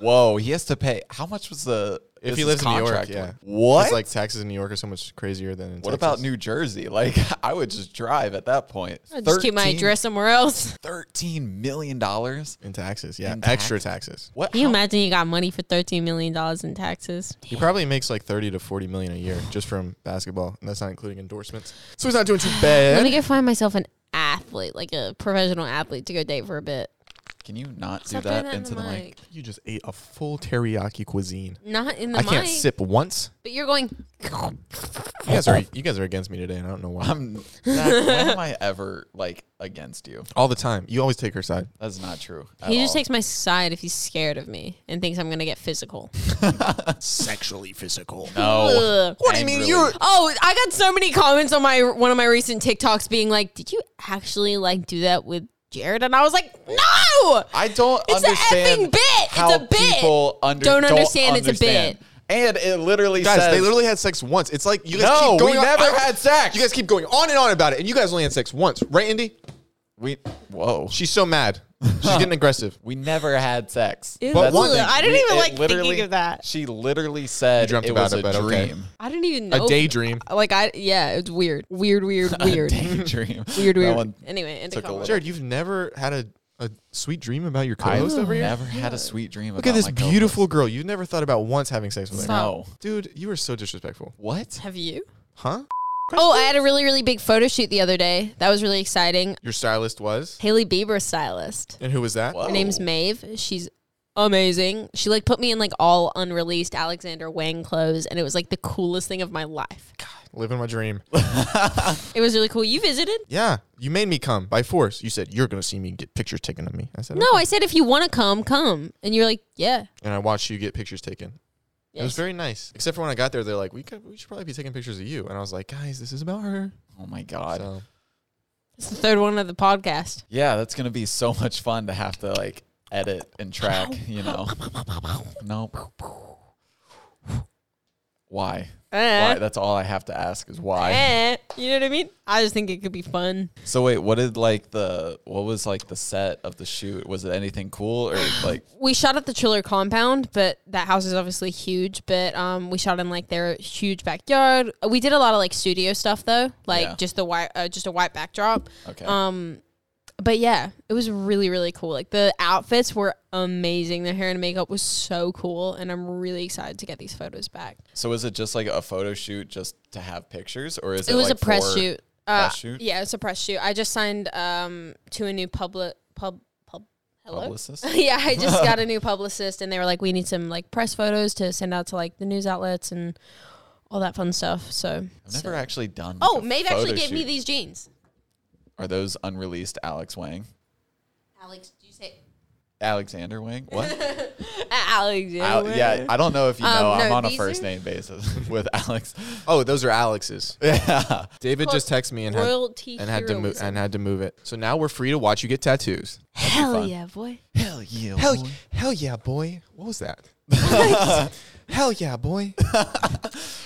Speaker 2: Whoa, he has to pay. How much was the
Speaker 1: If
Speaker 2: is
Speaker 1: he
Speaker 2: his
Speaker 1: lives in New York,
Speaker 2: contract
Speaker 1: yeah.
Speaker 2: like? What?
Speaker 1: It's like taxes in New York are so much crazier than. In
Speaker 2: what
Speaker 1: Texas.
Speaker 2: about New Jersey? Like, I would just drive at that point.
Speaker 3: I just keep my
Speaker 2: 13
Speaker 3: address somewhere else.
Speaker 2: Thirteen million dollars.
Speaker 1: in taxes? Yeah,
Speaker 2: In
Speaker 1: extra taxes.
Speaker 2: What?
Speaker 3: Can you
Speaker 2: how-
Speaker 3: imagine you got money for thirteen million dollars in taxes?
Speaker 1: He probably makes like thirty to forty million a year just from basketball, and that's not including endorsements. So he's not doing too
Speaker 3: Let me
Speaker 1: bad.
Speaker 3: go find myself an athlete, like a professional athlete, to go date for a bit.
Speaker 2: Can you not do
Speaker 3: Stop
Speaker 2: that,
Speaker 3: doing that in
Speaker 2: into
Speaker 3: the
Speaker 2: the mic?
Speaker 3: mic.
Speaker 1: You just ate a full teriyaki cuisine.
Speaker 3: Not in the
Speaker 1: I
Speaker 3: mic.
Speaker 1: can't sip once.
Speaker 3: But you're going.
Speaker 1: You guys are you guys are against me today, and I don't know why.
Speaker 2: I'm. Zach, when am I ever like against you?
Speaker 1: All the time, you always take her side.
Speaker 2: That's not true. at
Speaker 3: He just
Speaker 2: all.
Speaker 3: takes my side if he's scared of me and thinks I'm gonna get physical.
Speaker 1: Sexually physical.
Speaker 2: no.
Speaker 3: Ugh.
Speaker 1: What do you mean?
Speaker 2: Angrily.
Speaker 1: You're
Speaker 3: Oh, I got so many comments on my one of my recent TikToks being like, "Did you actually like do that with Jared?" And I was like, "No,
Speaker 2: I don't
Speaker 3: It's a
Speaker 2: understand
Speaker 3: effing bit. It's
Speaker 2: how
Speaker 3: a bit.
Speaker 2: people under-
Speaker 3: Don't understand, it's a
Speaker 2: understand.
Speaker 3: bit.
Speaker 2: And it literally
Speaker 1: guys.
Speaker 2: says
Speaker 1: They literally had sex once. It's like you guys
Speaker 2: No,
Speaker 1: keep going.
Speaker 2: we
Speaker 1: on-
Speaker 2: never
Speaker 1: I-
Speaker 2: had sex.
Speaker 1: You guys keep going on and on about it, and you guys only had sex once, right, Indy?
Speaker 2: we whoa.
Speaker 1: She's so mad. She's getting aggressive.
Speaker 2: We never had sex.
Speaker 3: Ew.
Speaker 1: But one
Speaker 3: Ugh,
Speaker 1: thing,
Speaker 3: I didn't even
Speaker 2: It
Speaker 3: like
Speaker 2: literally-
Speaker 3: thinking of that.
Speaker 2: She literally said
Speaker 1: You dreamt
Speaker 2: it
Speaker 1: about
Speaker 2: was
Speaker 1: it,
Speaker 2: a
Speaker 1: but okay.
Speaker 2: dream.
Speaker 3: I didn't even know
Speaker 1: A daydream.
Speaker 3: Like I, yeah, it's weird, weird, weird, weird,
Speaker 2: Dream.
Speaker 3: weird,
Speaker 2: That
Speaker 3: weird.
Speaker 2: one-
Speaker 3: Anyway, end
Speaker 2: took
Speaker 3: the
Speaker 2: a
Speaker 3: comment.
Speaker 2: little-
Speaker 1: Jared, you've never had a, a sweet dream about your
Speaker 2: I've
Speaker 1: co-host over here.
Speaker 2: never had a sweet dream.
Speaker 1: Look
Speaker 2: about
Speaker 1: at this
Speaker 2: my co-host.
Speaker 1: beautiful girl. You've never thought about once having sex with her.
Speaker 2: No.
Speaker 1: Dude, you are so disrespectful.
Speaker 2: What?
Speaker 3: Have you?
Speaker 1: Huh?
Speaker 3: Oh, I had a really, really big photo shoot the other day. That was really exciting.
Speaker 1: Your stylist was?
Speaker 3: Haley Bieber stylist.
Speaker 1: And who was that?
Speaker 2: What?
Speaker 3: Her name's
Speaker 2: Oh.
Speaker 3: Maeve. She's amazing. She like put me in like all unreleased Alexander Wang clothes, and it was like the coolest thing of my life.
Speaker 1: Living my dream.
Speaker 3: It was really cool. You visited?
Speaker 1: yeah. You made me come by force. You said, You're gonna see me get pictures taken of me. I said,
Speaker 3: No,
Speaker 1: "Okay."
Speaker 3: I said if you want to come, come, and you're like, yeah.
Speaker 1: and I watched you get pictures taken. It was
Speaker 3: Yes.
Speaker 1: very nice. Except for when I got there, they're like, we, could, we should probably be taking pictures of you. And I was like, guys, this is about her.
Speaker 2: Oh my god.
Speaker 1: So,
Speaker 3: It's the third one of the podcast.
Speaker 2: Yeah, that's gonna be so much fun to have to like edit and track, you know. nope. Why? Why?
Speaker 3: Eh.
Speaker 2: That's all I have to ask is why.
Speaker 3: Eh. You know what I mean? I just think it could be fun.
Speaker 2: So wait, what did like the what was like the set of the shoot? Was it anything cool or like
Speaker 3: we shot at the Triller compound, but that house is obviously huge. But um, we shot in like their huge backyard. We did a lot of like studio stuff though, like
Speaker 2: Yeah.
Speaker 3: just the white, uh, just a white backdrop.
Speaker 2: okay?
Speaker 3: Um, but yeah, it was really really cool. Like the outfits were amazing. The hair and makeup was so cool, and I'm really excited to get these photos back.
Speaker 2: so was it just like a photo shoot just to have pictures or is it
Speaker 3: it was
Speaker 2: like,
Speaker 3: a press
Speaker 2: for-
Speaker 3: shoot. Uh,
Speaker 2: press shoot?
Speaker 3: Yeah, it's a press shoot. I just signed um to a new public pub pub. Hello.
Speaker 2: Publicist?
Speaker 3: yeah, I just got a new publicist, and they were like, "We need some like press photos to send out to like the news outlets and all that fun stuff." So,
Speaker 2: I've never actually done. like,
Speaker 3: oh,
Speaker 2: a
Speaker 3: Maeve actually
Speaker 2: photo
Speaker 3: gave me
Speaker 2: shoot.
Speaker 3: these jeans.
Speaker 2: Are those unreleased Alex Wang?
Speaker 3: Alex, do you say
Speaker 2: Alexander Wang. What? Al-
Speaker 3: Alexander.
Speaker 2: yeah, I don't know if you
Speaker 3: Um,
Speaker 2: know. I'm
Speaker 3: no,
Speaker 2: on a
Speaker 3: these
Speaker 2: first
Speaker 3: are-
Speaker 2: name basis with Alex.
Speaker 1: Oh, those are Alex's.
Speaker 2: Yeah.
Speaker 1: David
Speaker 3: called
Speaker 1: just texted me and had
Speaker 3: royalty
Speaker 1: and had to move
Speaker 3: heroism.
Speaker 1: and had to move it. So now we're free to watch you get tattoos.
Speaker 3: Hell yeah, boy.
Speaker 2: Hell yeah. boy.
Speaker 1: hell yeah, boy. What was that? hell yeah, boy.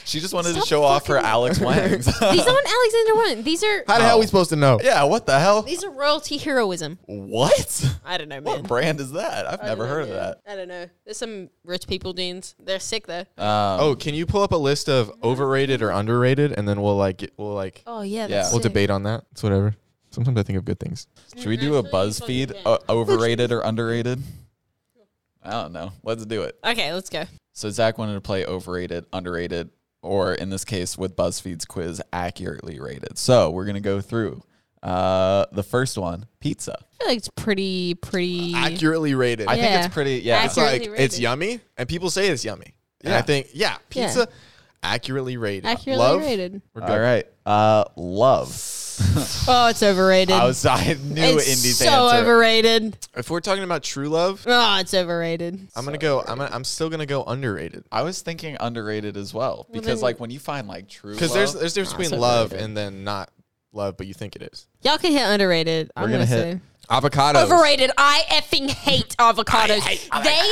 Speaker 2: She just wanted
Speaker 3: Stop
Speaker 2: to show off her
Speaker 3: fucking-
Speaker 2: Alex Wangs.
Speaker 3: These aren't Alexander one. These are
Speaker 1: How the hell are we supposed to know?
Speaker 2: yeah, what the hell?
Speaker 3: these are royalty heroism.
Speaker 2: What?
Speaker 3: I don't know, man.
Speaker 2: What brand is that? I've
Speaker 3: I
Speaker 2: never
Speaker 3: don't know,
Speaker 2: heard of
Speaker 3: man.
Speaker 2: that.
Speaker 3: I don't know. There's some rich people jeans. They're sick though.
Speaker 2: Um,
Speaker 1: Oh, can you pull up a list of overrated or underrated, and then we'll like get- we'll like
Speaker 3: Oh yeah,
Speaker 2: that's
Speaker 3: that's
Speaker 2: Yeah.
Speaker 1: we'll debate on that. It's whatever. Sometimes I think of good things.
Speaker 2: Should we do a
Speaker 5: Actually, you
Speaker 2: BuzzFeed
Speaker 5: fucking
Speaker 2: uh, overrated or underrated? I don't know. Let's do it.
Speaker 3: Okay, let's go.
Speaker 2: So Zach wanted to play overrated, underrated, or in this case with BuzzFeed's quiz, accurately rated. So we're gonna go through uh, the first one, pizza.
Speaker 3: I feel like it's pretty pretty.
Speaker 1: Accurately rated.
Speaker 2: I think
Speaker 3: Yeah.
Speaker 2: it's pretty. Yeah,
Speaker 1: it's
Speaker 3: accurately
Speaker 1: like it's
Speaker 3: rated.
Speaker 1: yummy, and people say it's yummy. And
Speaker 2: Yeah.
Speaker 1: I think yeah,
Speaker 3: Yeah.
Speaker 1: pizza accurately rated.
Speaker 3: accurately
Speaker 1: Love,
Speaker 3: rated.
Speaker 1: We're good.
Speaker 2: all right. Uh, love.
Speaker 3: Oh, it's overrated.
Speaker 2: I was. I knew
Speaker 3: it's
Speaker 2: Indy's
Speaker 3: so
Speaker 2: answer.
Speaker 3: overrated.
Speaker 1: If we're talking about true love,
Speaker 3: Oh, it's overrated.
Speaker 1: I'm gonna go. I'm gonna, I'm still gonna go underrated
Speaker 2: I was thinking underrated as well because
Speaker 3: then-
Speaker 2: like when you find like true
Speaker 1: because there's
Speaker 2: love-
Speaker 1: there's a difference
Speaker 2: Ah,
Speaker 1: between
Speaker 2: so
Speaker 1: love
Speaker 2: overrated.
Speaker 1: and then not love, but you think it is.
Speaker 3: Y'all can hit underrated. I'm
Speaker 2: We're
Speaker 3: gonna,
Speaker 2: gonna
Speaker 3: say
Speaker 1: Avocados.
Speaker 3: overrated. I effing hate avocados. they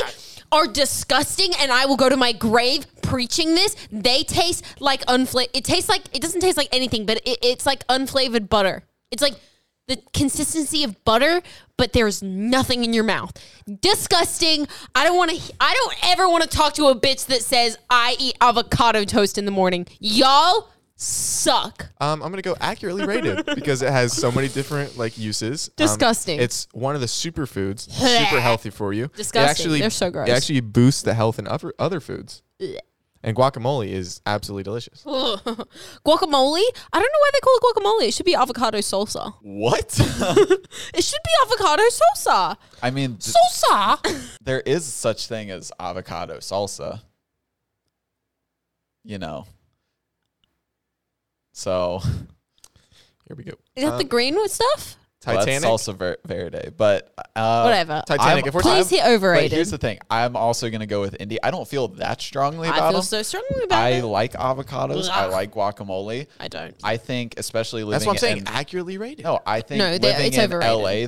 Speaker 3: are disgusting, and I will go to my grave preaching this. They taste like unfla. It tastes like it doesn't taste like anything, but it, it's like unflavored butter. It's like the consistency of butter, but there's nothing in your mouth. Disgusting. I don't want to. I don't ever want to talk to a bitch that says I eat avocado toast in the morning. Y'all suck.
Speaker 1: Um, I'm gonna go accurately rated because it has so many different like uses. Um,
Speaker 3: Disgusting.
Speaker 1: it's one of the superfoods, super healthy for you. It
Speaker 3: Disgusting. They're so gross.
Speaker 1: It actually boosts the health in other other foods. And guacamole is absolutely delicious.
Speaker 3: guacamole. I don't know why they call it guacamole. It should be avocado salsa.
Speaker 2: what?
Speaker 3: It should be avocado salsa.
Speaker 2: I mean, th-
Speaker 3: Salsa.
Speaker 2: there is such thing as avocado salsa. You know. So
Speaker 1: Here we go.
Speaker 3: Is
Speaker 2: Uh,
Speaker 3: that the green with stuff?
Speaker 2: well,
Speaker 1: Titanic.
Speaker 2: that's salsa ver- verde, but uh,
Speaker 3: Whatever.
Speaker 1: Titanic.
Speaker 2: I'm-
Speaker 1: if we're
Speaker 3: Please hit
Speaker 2: But
Speaker 3: overrated.
Speaker 2: here's the thing: I'm also gonna go with indie. I don't feel that strongly
Speaker 3: I
Speaker 2: about
Speaker 3: feel
Speaker 2: them.
Speaker 3: so strongly about
Speaker 2: I
Speaker 3: it.
Speaker 2: like avocados. I
Speaker 3: Blah.
Speaker 2: like guacamole.
Speaker 3: I don't.
Speaker 2: I think, especially living.
Speaker 1: that's what I'm saying.
Speaker 2: in-
Speaker 1: accurately rated.
Speaker 2: No, I think
Speaker 3: No, they-
Speaker 2: living
Speaker 3: it's
Speaker 2: in
Speaker 3: overrated.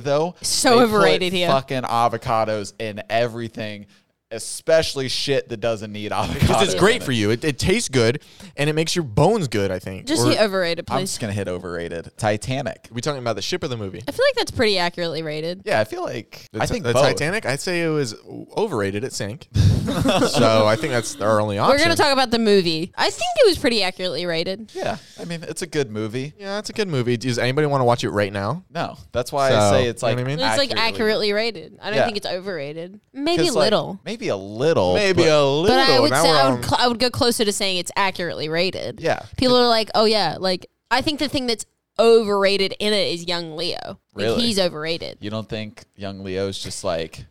Speaker 2: LA though,
Speaker 3: So
Speaker 2: they
Speaker 3: overrated
Speaker 2: put
Speaker 3: here.
Speaker 2: Fucking avocados in everything, especially shit that doesn't need avocados.
Speaker 1: because it's
Speaker 2: in
Speaker 1: great
Speaker 2: it.
Speaker 1: for you. It, it tastes good, and it makes your bones good. I think.
Speaker 3: Just
Speaker 1: Or-
Speaker 3: hit overrated,
Speaker 2: I'm
Speaker 3: please.
Speaker 2: just gonna hit overrated. Titanic.
Speaker 1: Are we talking about the ship or the movie?
Speaker 3: I feel like that's pretty accurately rated.
Speaker 2: Yeah, I feel like
Speaker 1: The
Speaker 2: I
Speaker 1: Ti-
Speaker 2: think
Speaker 1: the
Speaker 2: both.
Speaker 1: Titanic. I'd say it was overrated. It sank. so I think that's our only option.
Speaker 3: We're gonna talk about the movie. I think it was pretty accurately rated.
Speaker 2: Yeah, I mean it's a good movie.
Speaker 1: Yeah, it's a good movie. Does anybody want to watch it right now?
Speaker 2: No, that's why I
Speaker 1: So,
Speaker 2: say it's
Speaker 1: you know
Speaker 2: like
Speaker 1: what I mean?
Speaker 3: It's like accurately rated. I don't
Speaker 2: Yeah.
Speaker 3: think it's overrated. Maybe
Speaker 2: 'Cause, like,
Speaker 3: little.
Speaker 2: maybe a little,
Speaker 1: Maybe
Speaker 2: but-
Speaker 1: a little.
Speaker 3: But I would
Speaker 1: Now
Speaker 3: say
Speaker 1: we're
Speaker 3: I
Speaker 1: on-
Speaker 3: would, cl- I would go closer to saying it's accurately rated.
Speaker 2: yeah.
Speaker 3: People are like, oh yeah, like I think the thing that's overrated in it is young Leo. Like
Speaker 2: Really?
Speaker 3: he's overrated.
Speaker 2: You don't think young Leo's just like,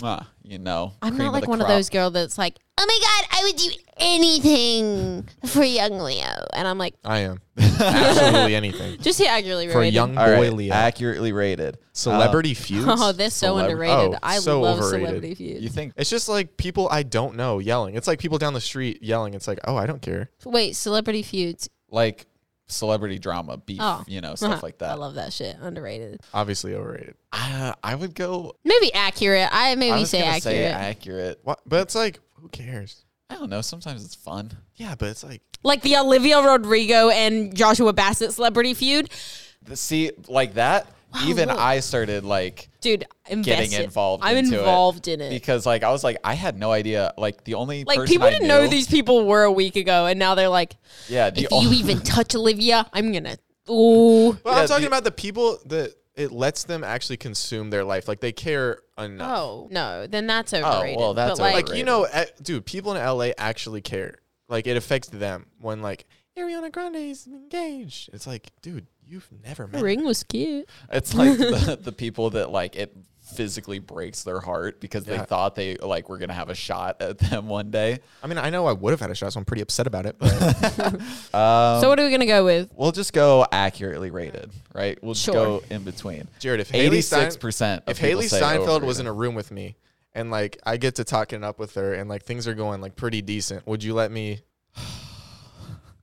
Speaker 2: mwah, you know?
Speaker 3: I'm
Speaker 2: cream
Speaker 3: not like
Speaker 2: the
Speaker 3: one of
Speaker 2: crop.
Speaker 3: those girl that's like, oh my god, I would do anything for young Leo, and I'm like,
Speaker 1: I am absolutely anything
Speaker 3: just hit accurately rated.
Speaker 1: for a young
Speaker 2: All
Speaker 1: boy
Speaker 2: right,
Speaker 1: Leo.
Speaker 2: accurately rated.
Speaker 1: Celebrity feuds.
Speaker 3: Oh, they're so
Speaker 2: Celebr-
Speaker 3: underrated.
Speaker 1: oh,
Speaker 3: I
Speaker 1: so
Speaker 3: love
Speaker 1: overrated.
Speaker 3: Celebrity
Speaker 2: Um,
Speaker 3: Feud.
Speaker 2: you think
Speaker 1: It's just like people I don't know yelling. It's like people down the street yelling. It's like, oh, I don't care.
Speaker 3: Wait, Celebrity Feuds.
Speaker 2: like celebrity drama, beef,
Speaker 3: Oh,
Speaker 2: you know, stuff like that.
Speaker 3: I love that shit. Underrated.
Speaker 1: Obviously overrated.
Speaker 2: I, I would go.
Speaker 3: Maybe accurate. I maybe
Speaker 2: I was
Speaker 3: say
Speaker 2: gonna
Speaker 3: accurate.
Speaker 2: say accurate.
Speaker 1: What? But it's like, who cares?
Speaker 2: I don't know. Sometimes it's fun.
Speaker 1: Yeah, but it's like
Speaker 3: like the Olivia Rodrigo and Joshua Bassett Celebrity Feud.
Speaker 2: The- See, like that. even
Speaker 3: look.
Speaker 2: I started like
Speaker 3: Dude, invested.
Speaker 2: getting involved.
Speaker 3: I'm
Speaker 2: into
Speaker 3: involved in it.
Speaker 2: because, like, I was like, I had no idea. Like, the only
Speaker 3: like
Speaker 2: person
Speaker 3: people
Speaker 2: I
Speaker 3: didn't know
Speaker 2: knew-
Speaker 3: these people were a week ago, and now they're like,
Speaker 2: Yeah, the
Speaker 3: if
Speaker 2: only-
Speaker 3: you even touch Olivia, I'm gonna. Ooh.
Speaker 1: Well,
Speaker 2: Yeah,
Speaker 1: I'm talking
Speaker 2: the-
Speaker 1: about the people that it lets them actually consume their life. Like they care enough.
Speaker 3: Oh no, then that's overrated.
Speaker 2: overrated. well,
Speaker 3: Oh,
Speaker 2: that's
Speaker 3: but like,
Speaker 1: Like you know, eh, dude, people in LA actually care. Like it affects them when like Ariana Grande's engaged. It's like, dude, you've never met.
Speaker 3: The ring was cute.
Speaker 2: It's like the, the people that like it physically breaks their heart because they
Speaker 1: Yeah.
Speaker 2: thought they like were gonna have a shot at them one day.
Speaker 1: I mean, I know I would have had a shot, so I'm pretty upset about it. But
Speaker 2: Um,
Speaker 3: so what are we gonna go with?
Speaker 2: we'll just go accurately rated, right? We'll just
Speaker 3: Sure.
Speaker 2: go in between.
Speaker 1: Jared, if Haley Stein,
Speaker 2: Eighty-six percent.
Speaker 1: if Haley Steinfeld was in a room with me and like I get to talking up with her and like things are going like pretty decent, would you let me?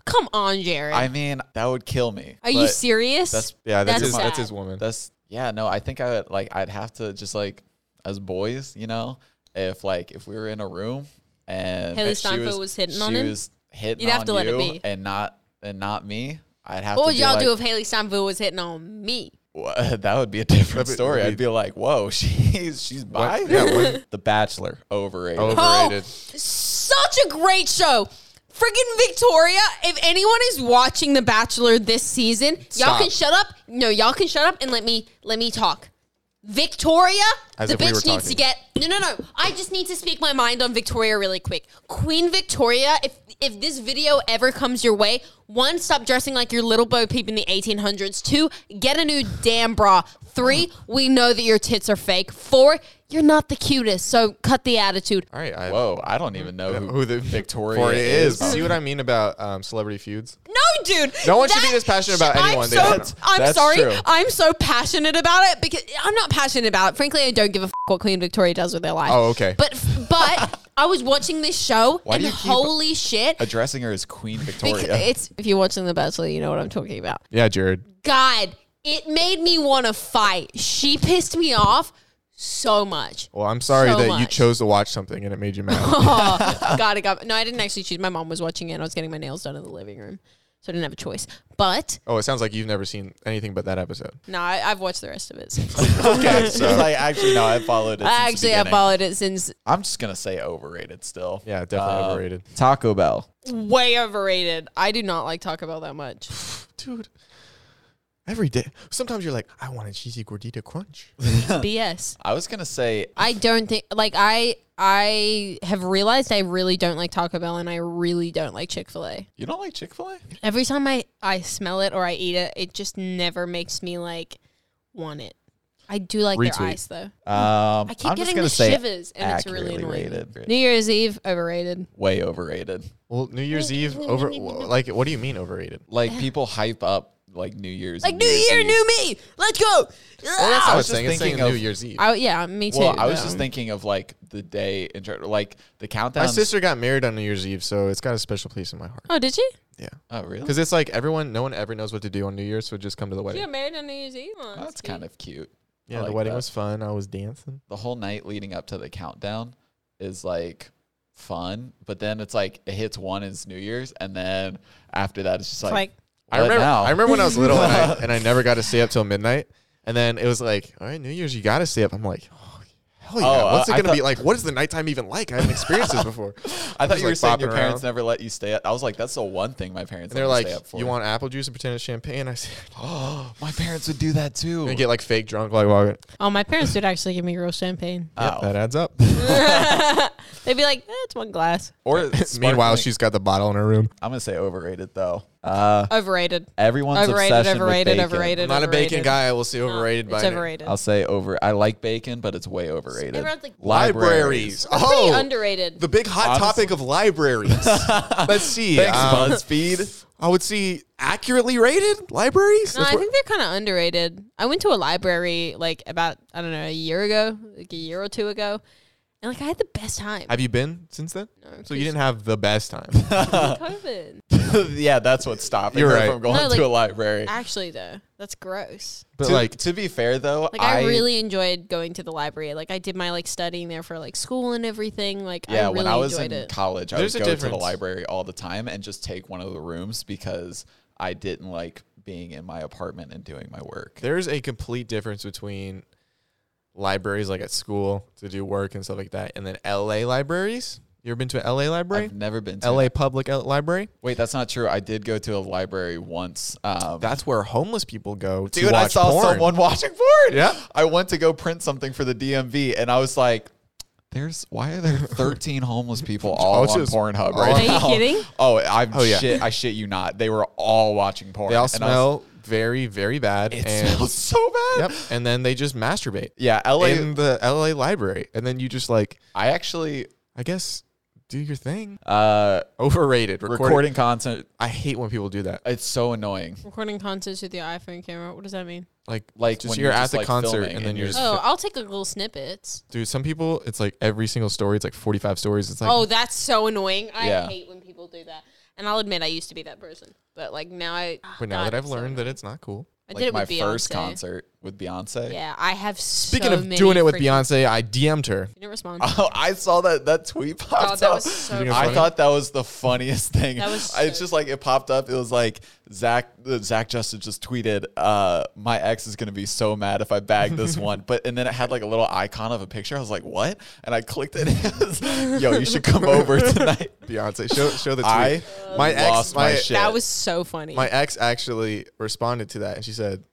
Speaker 3: Come on, Jared.
Speaker 2: I mean, that would kill me.
Speaker 3: are you
Speaker 2: but
Speaker 3: serious?
Speaker 2: That's
Speaker 1: Yeah, that's,
Speaker 3: That's
Speaker 1: his, that's
Speaker 3: sad.
Speaker 1: his woman.
Speaker 2: that's yeah. No, I think I would like. I'd have to just like as boys, you know, if like if we were in a room and
Speaker 3: Haley
Speaker 2: she
Speaker 3: Steinfeld was hitting on
Speaker 2: she
Speaker 3: him?
Speaker 2: was hitting
Speaker 3: You'd have
Speaker 2: on
Speaker 3: to let it
Speaker 2: you
Speaker 3: be.
Speaker 2: and not and not me. I'd have
Speaker 3: what
Speaker 2: to
Speaker 3: would
Speaker 2: be
Speaker 3: y'all
Speaker 2: like,
Speaker 3: do if Haley Steinfeld was hitting on me?
Speaker 2: Wha- that would be a
Speaker 1: That'd
Speaker 2: different
Speaker 1: be-
Speaker 2: story.
Speaker 1: that'd
Speaker 2: I'd be like, "Whoa, she's she's bi."
Speaker 1: What? Yeah, what?
Speaker 2: the Bachelor overrated.
Speaker 1: Overrated.
Speaker 3: Oh, such a great show. Friggin' Victoria, if anyone is watching The Bachelor this season, y'all
Speaker 1: Stop.
Speaker 3: can shut up. No, y'all can shut up and let me let me talk. Victoria,
Speaker 1: As
Speaker 3: the
Speaker 1: if we
Speaker 3: bitch
Speaker 1: were
Speaker 3: needs to
Speaker 1: talking.
Speaker 3: get No, no, no. I just need to speak my mind on Victoria really quick. Queen Victoria, if if this video ever comes your way, one, stop dressing like your little Bo Peep in the 1800s. Two, get a new damn bra. Three, we know that your tits are fake. Four, you're not the cutest, so cut the attitude.
Speaker 1: All right, I,
Speaker 2: Whoa, I don't even know who,
Speaker 1: who the
Speaker 2: Victoria,
Speaker 1: Victoria is?
Speaker 2: is.
Speaker 1: See what I mean about um, celebrity feuds?
Speaker 3: No, dude.
Speaker 1: No one should be this passionate about
Speaker 3: I'm
Speaker 1: anyone. They
Speaker 3: so-
Speaker 1: don't.
Speaker 3: I'm
Speaker 2: That's
Speaker 3: sorry.
Speaker 2: true.
Speaker 3: I'm so passionate about it because I'm not passionate about it. Frankly, I don't give a f- what Queen Victoria does with their life.
Speaker 1: Oh, okay.
Speaker 3: But but I was watching this show
Speaker 2: Why
Speaker 3: and
Speaker 2: do you keep
Speaker 3: holy shit.
Speaker 2: Addressing her as Queen
Speaker 3: bec-
Speaker 2: Victoria.
Speaker 3: It's if you're watching The Bachelor, you know what I'm talking about.
Speaker 1: Yeah, Jared.
Speaker 3: God, it made me want to fight. She pissed me off so much.
Speaker 1: Well, I'm sorry
Speaker 3: So
Speaker 1: that you
Speaker 3: much.
Speaker 1: chose to watch something and it made you mad.
Speaker 3: oh, God, it got. No, I didn't actually choose. My mom was watching it. and I was getting my nails done in the living room, so I didn't have a choice. But
Speaker 1: oh, it sounds like you've never seen anything but that episode.
Speaker 3: no, I, I've watched the rest of it. Since.
Speaker 2: okay, she's like, actually, no, I followed it.
Speaker 3: I
Speaker 2: since the
Speaker 3: actually have
Speaker 2: beginning."
Speaker 3: followed it since
Speaker 2: I'm just gonna say overrated still.
Speaker 1: Yeah, definitely
Speaker 2: Uh,
Speaker 1: overrated.
Speaker 2: Taco Bell.
Speaker 3: way overrated. I do not like Taco Bell that much.
Speaker 1: Dude, every day. Sometimes you're like, I want a cheesy gordita crunch.
Speaker 3: BS.
Speaker 2: I was gonna say
Speaker 3: I don't think like I I have realized I really don't like Taco Bell and I really don't like Chick Fil A.
Speaker 2: you don't like Chick Fil A.
Speaker 3: Every time I I smell it or I eat it, it just never makes me like want it. I do like
Speaker 1: Retweet.
Speaker 3: their ice though.
Speaker 2: Um,
Speaker 3: I keep
Speaker 2: I'm just
Speaker 3: getting
Speaker 2: gonna
Speaker 3: the
Speaker 2: say
Speaker 3: shivers and it's really
Speaker 2: accurately
Speaker 3: annoying.
Speaker 2: rated.
Speaker 3: New Year's Eve overrated.
Speaker 2: Way overrated.
Speaker 1: Well, New Year's Eve over. wh- Like, what do you mean overrated?
Speaker 2: Like people hype up like New Year's,
Speaker 3: Like
Speaker 2: and
Speaker 3: New
Speaker 2: Year's
Speaker 3: Year,
Speaker 2: Eve.
Speaker 3: new me. Let's go.
Speaker 1: Well,
Speaker 3: Ah!
Speaker 1: that's
Speaker 2: I
Speaker 1: not
Speaker 2: was
Speaker 1: it's saying.
Speaker 2: just
Speaker 1: It's saying
Speaker 2: thinking of-
Speaker 1: New Year's Eve.
Speaker 3: I, yeah, me too.
Speaker 2: Well, I was
Speaker 3: though.
Speaker 2: just thinking of like the day intro, like the countdown.
Speaker 1: My sister got married on New Year's Eve, so it's got a special place in my heart.
Speaker 3: Oh, did you?
Speaker 1: Yeah.
Speaker 2: Oh, really?
Speaker 1: Because it's like everyone, no one ever knows what to do on New Year's, so just come to the wedding.
Speaker 3: got married on New Year's Eve. Oh,
Speaker 2: That's kind of cute. I
Speaker 1: Yeah,
Speaker 2: like
Speaker 1: the wedding
Speaker 2: that.
Speaker 1: was fun. I was dancing.
Speaker 2: The whole night leading up to the countdown is like fun, but then it's like it hits one is New Year's, and then after that it's just like,
Speaker 3: like
Speaker 1: I
Speaker 2: What
Speaker 1: remember.
Speaker 2: now?
Speaker 1: I remember when I was little and I, and I never got to stay up till midnight. And then it was like, all right, New Year's, you got to stay up. I'm like, oh, hell yeah.
Speaker 2: uh,
Speaker 1: What's it
Speaker 2: I
Speaker 1: gonna be
Speaker 2: thought-
Speaker 1: like? What is the nighttime even like? I haven't experienced this before.
Speaker 2: I thought
Speaker 1: Just,
Speaker 2: you were
Speaker 1: like,
Speaker 2: saying your
Speaker 1: bopping
Speaker 2: parents
Speaker 1: around.
Speaker 2: never let you stay up. I was like, that's the one thing my parents.
Speaker 1: And they're
Speaker 2: let me
Speaker 1: like,
Speaker 2: stay up for.
Speaker 1: you want apple juice and pretend it's champagne? I said,
Speaker 2: Oh, my parents would do that too.
Speaker 1: and get like fake drunk like walking.
Speaker 3: Oh, my parents would actually give me real champagne.
Speaker 1: Yep,
Speaker 2: Oh.
Speaker 1: that adds up.
Speaker 3: They'd be like, "That's one glass."
Speaker 2: Or
Speaker 1: Meanwhile,
Speaker 2: sparkling.
Speaker 1: she's got the bottle in her room.
Speaker 2: I'm gonna say overrated though. Uh,
Speaker 3: Overrated.
Speaker 2: everyone's
Speaker 3: Overrated,
Speaker 2: obsession with
Speaker 3: overrated,
Speaker 2: bacon.
Speaker 1: I'm
Speaker 3: overrated.
Speaker 1: not a bacon
Speaker 3: overrated.
Speaker 1: guy. I will say overrated by
Speaker 3: it's
Speaker 1: name.
Speaker 3: overrated.
Speaker 2: I'll say over. I like bacon, but it's way overrated.
Speaker 3: everyone's like-
Speaker 1: Libraries. Oh,
Speaker 3: Pretty underrated.
Speaker 1: the big hot
Speaker 2: Honestly.
Speaker 1: topic of libraries. Let's see.
Speaker 2: Thanks,
Speaker 1: um,
Speaker 2: BuzzFeed.
Speaker 1: I would see accurately rated libraries.
Speaker 3: no,
Speaker 1: That's
Speaker 3: I
Speaker 1: what-
Speaker 3: think they're kind of underrated. I went to a library like about I don't know a year ago, like a year or two ago, and like I had the best time.
Speaker 1: have you been since then?
Speaker 3: No,
Speaker 1: So you didn't have the best time.
Speaker 3: COVID.
Speaker 2: yeah, that's what's stopping
Speaker 1: You're
Speaker 2: her
Speaker 1: right.
Speaker 2: from going
Speaker 3: No, like-
Speaker 2: to a library.
Speaker 3: Actually, though, that's gross.
Speaker 1: But
Speaker 2: to,
Speaker 1: like,
Speaker 2: to be fair though,
Speaker 3: Like I, really enjoyed going to the library. Like I did my like studying there for like school and everything. Like
Speaker 2: yeah,
Speaker 3: I really
Speaker 2: when I was in
Speaker 3: enjoyed it.
Speaker 2: college, I
Speaker 1: There's a
Speaker 2: would go to the
Speaker 1: difference.
Speaker 2: library all the time and just take one of the rooms because I didn't like being in my apartment and doing my work.
Speaker 1: there's a complete difference between libraries like at school to do work and stuff like that, and then LA libraries. You ever been to an LA library?
Speaker 2: I've never been to
Speaker 1: LA public L- library.
Speaker 2: Wait, that's not true. I did go to a library once. Um,
Speaker 1: That's where homeless people go to
Speaker 2: dude,
Speaker 1: watch
Speaker 2: I saw
Speaker 1: porn.
Speaker 2: someone watching porn.
Speaker 1: Yeah.
Speaker 2: I went to go print something for the DMV, and I was like, There's why are there 13 homeless people all
Speaker 1: Oh, it's
Speaker 2: on
Speaker 1: just- all
Speaker 2: Pornhub right
Speaker 1: on-
Speaker 3: Are you
Speaker 2: now?
Speaker 3: kidding?
Speaker 2: Oh, I
Speaker 1: Oh, yeah.
Speaker 2: shit. I shit you not. They were all watching porn.
Speaker 1: They all
Speaker 2: and I was-
Speaker 1: smell very, very bad.
Speaker 2: It
Speaker 1: and
Speaker 2: smells so bad.
Speaker 1: Yep. And then they just masturbate
Speaker 2: Yeah, LA.
Speaker 1: in the LA library. And then you just like,
Speaker 2: I actually
Speaker 1: I guess, do your thing.
Speaker 2: uh,
Speaker 1: Overrated.
Speaker 2: recording,
Speaker 1: Recording.
Speaker 2: content.
Speaker 1: I hate when people do that.
Speaker 2: It's so annoying.
Speaker 3: Recording concerts with your iPhone camera. What does that mean?
Speaker 1: Like,
Speaker 2: Like
Speaker 1: just
Speaker 2: when
Speaker 1: you're,
Speaker 2: you're
Speaker 1: at
Speaker 2: just,
Speaker 1: the
Speaker 2: like,
Speaker 1: concert
Speaker 2: filming
Speaker 1: and
Speaker 2: and
Speaker 1: then you're
Speaker 2: you're
Speaker 1: just,
Speaker 3: Oh, I'll take like little snippets.
Speaker 1: dude, some people, it's like every single story, it's like 45 stories. It's like,
Speaker 3: oh, that's so annoying. I
Speaker 2: Yeah.
Speaker 3: hate when people do that. And I'll admit I used to be that person, but like now I.
Speaker 1: but now
Speaker 3: God,
Speaker 1: that I've
Speaker 3: it's so
Speaker 1: learned
Speaker 3: annoying.
Speaker 1: that it's not cool.
Speaker 3: I
Speaker 2: Like
Speaker 3: did it
Speaker 2: my
Speaker 3: with
Speaker 2: first
Speaker 3: Beyonce.
Speaker 2: concert with Beyonce.
Speaker 3: Yeah, I have.
Speaker 1: Speaking
Speaker 3: so
Speaker 1: of
Speaker 3: many
Speaker 1: doing it with
Speaker 3: freaking-
Speaker 1: Beyonce, I DM'd her.
Speaker 3: you didn't respond.
Speaker 2: Oh, I saw that that tweet popped
Speaker 3: God, Oh, that
Speaker 2: up.
Speaker 3: was so.
Speaker 1: You think it's
Speaker 2: I
Speaker 1: funny?
Speaker 2: thought that was the funniest thing.
Speaker 3: That was
Speaker 2: it's
Speaker 3: so-
Speaker 2: just like it popped up. It was like Zach uh, Zach Justin just tweeted, uh, "My ex is gonna be so mad if I bag this one." But and then it had like a little icon of a picture. I was like, "What?" And I clicked it. It was, Yo, you should come over tonight.
Speaker 1: Beyonce, show, show the tweet.
Speaker 2: I
Speaker 1: my ex,
Speaker 2: lost my
Speaker 1: my,
Speaker 2: shit.
Speaker 3: That was so funny.
Speaker 1: my ex actually responded to that and she said,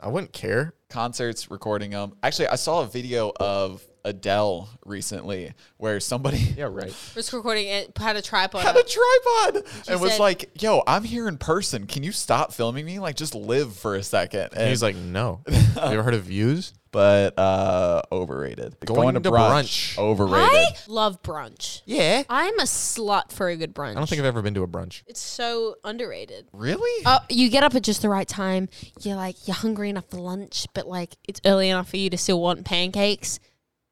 Speaker 1: I wouldn't care.
Speaker 2: Concerts, recording them. Actually, I saw a video of Adele recently where somebody
Speaker 1: Yeah, right.
Speaker 3: was recording it had a tripod.
Speaker 2: had
Speaker 3: up.
Speaker 2: a tripod and was
Speaker 3: said-
Speaker 2: like, "Yo, I'm here in person. Can you stop filming me? Like, just live for a second. And
Speaker 1: And he's like, no. you ever heard of views?
Speaker 2: but uh, overrated.
Speaker 1: Going to brunch.
Speaker 2: overrated.
Speaker 3: I love brunch.
Speaker 1: Yeah.
Speaker 3: I'm a slut for a good brunch.
Speaker 1: I don't think I've ever been to a brunch.
Speaker 3: it's so underrated.
Speaker 2: Really?
Speaker 3: Oh, you get up at just the right time. You're like you're hungry enough for lunch, but like it's early enough for you to still want pancakes.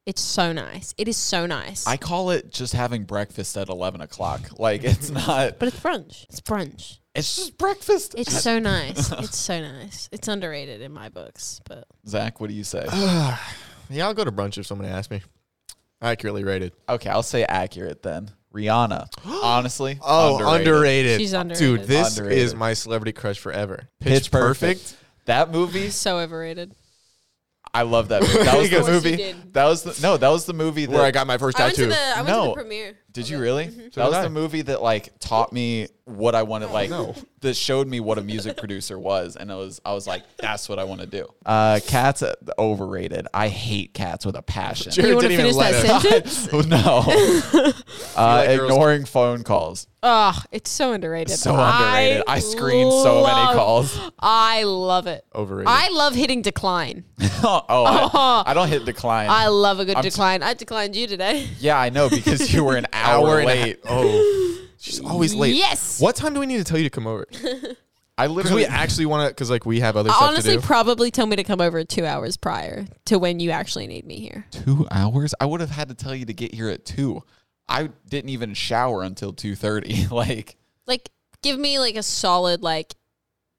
Speaker 3: It's so nice. It is so nice.
Speaker 2: I call it just having breakfast at eleven o'clock. Like it's not.
Speaker 3: but it's brunch. It's brunch.
Speaker 2: It's just breakfast.
Speaker 3: It's so nice. It's so nice. It's underrated in my books, but
Speaker 2: Zach, what do you say?
Speaker 1: Yeah, I'll go to brunch if someone asks me. Accurately rated.
Speaker 2: okay, I'll say accurate then. Rihanna, honestly,
Speaker 3: Oh, She's underrated.
Speaker 1: Dude, this
Speaker 2: Oh, Underrated.
Speaker 1: is my celebrity crush forever. Pitch,
Speaker 2: Pitch
Speaker 1: perfect.
Speaker 2: perfect. That movie,
Speaker 3: so overrated.
Speaker 2: I love that. Movie. That was
Speaker 1: Of
Speaker 2: the
Speaker 1: course you
Speaker 2: movie.
Speaker 3: did.
Speaker 2: That was the no. That was the movie that
Speaker 1: Where I got my first
Speaker 3: I went to
Speaker 1: tattoo.
Speaker 3: the I went to
Speaker 2: No.
Speaker 3: the premiere.
Speaker 2: Did you really?
Speaker 1: So
Speaker 2: Oh, That mm-hmm. was
Speaker 1: did I.
Speaker 2: the movie that like taught me what I wanted, like
Speaker 1: No.
Speaker 2: that showed me what a music producer was, and I was I was like, that's what I want to do. Uh, cats uh, overrated. I hate cats with a passion.
Speaker 1: Jared
Speaker 3: You want to
Speaker 1: didn't even
Speaker 3: finish
Speaker 1: let us.
Speaker 3: that sentence?
Speaker 2: no, uh,
Speaker 1: girls-
Speaker 2: ignoring phone calls.
Speaker 3: Oh, it's so underrated.
Speaker 2: So underrated. I screen so many
Speaker 3: love-
Speaker 2: calls.
Speaker 3: I love it.
Speaker 1: Overrated.
Speaker 3: I love hitting decline.
Speaker 2: oh, I, I don't hit decline.
Speaker 3: I love a good
Speaker 2: I'm s-
Speaker 3: decline. I declined you today.
Speaker 2: yeah, I know because you were an hour,
Speaker 1: hour and a-
Speaker 2: late.
Speaker 1: Oh. She's always late.
Speaker 3: Yes.
Speaker 1: What time do we need to tell you to come over?
Speaker 2: I
Speaker 1: Because
Speaker 2: literally
Speaker 1: we actually want to, because like we have other stuff
Speaker 3: Honestly,
Speaker 1: to do.
Speaker 3: probably tell me to come over two hours prior to when you actually need me here.
Speaker 2: two hours i would have had to tell you to get here at two i didn't even shower until 2.30 like
Speaker 3: Like, give me like a solid like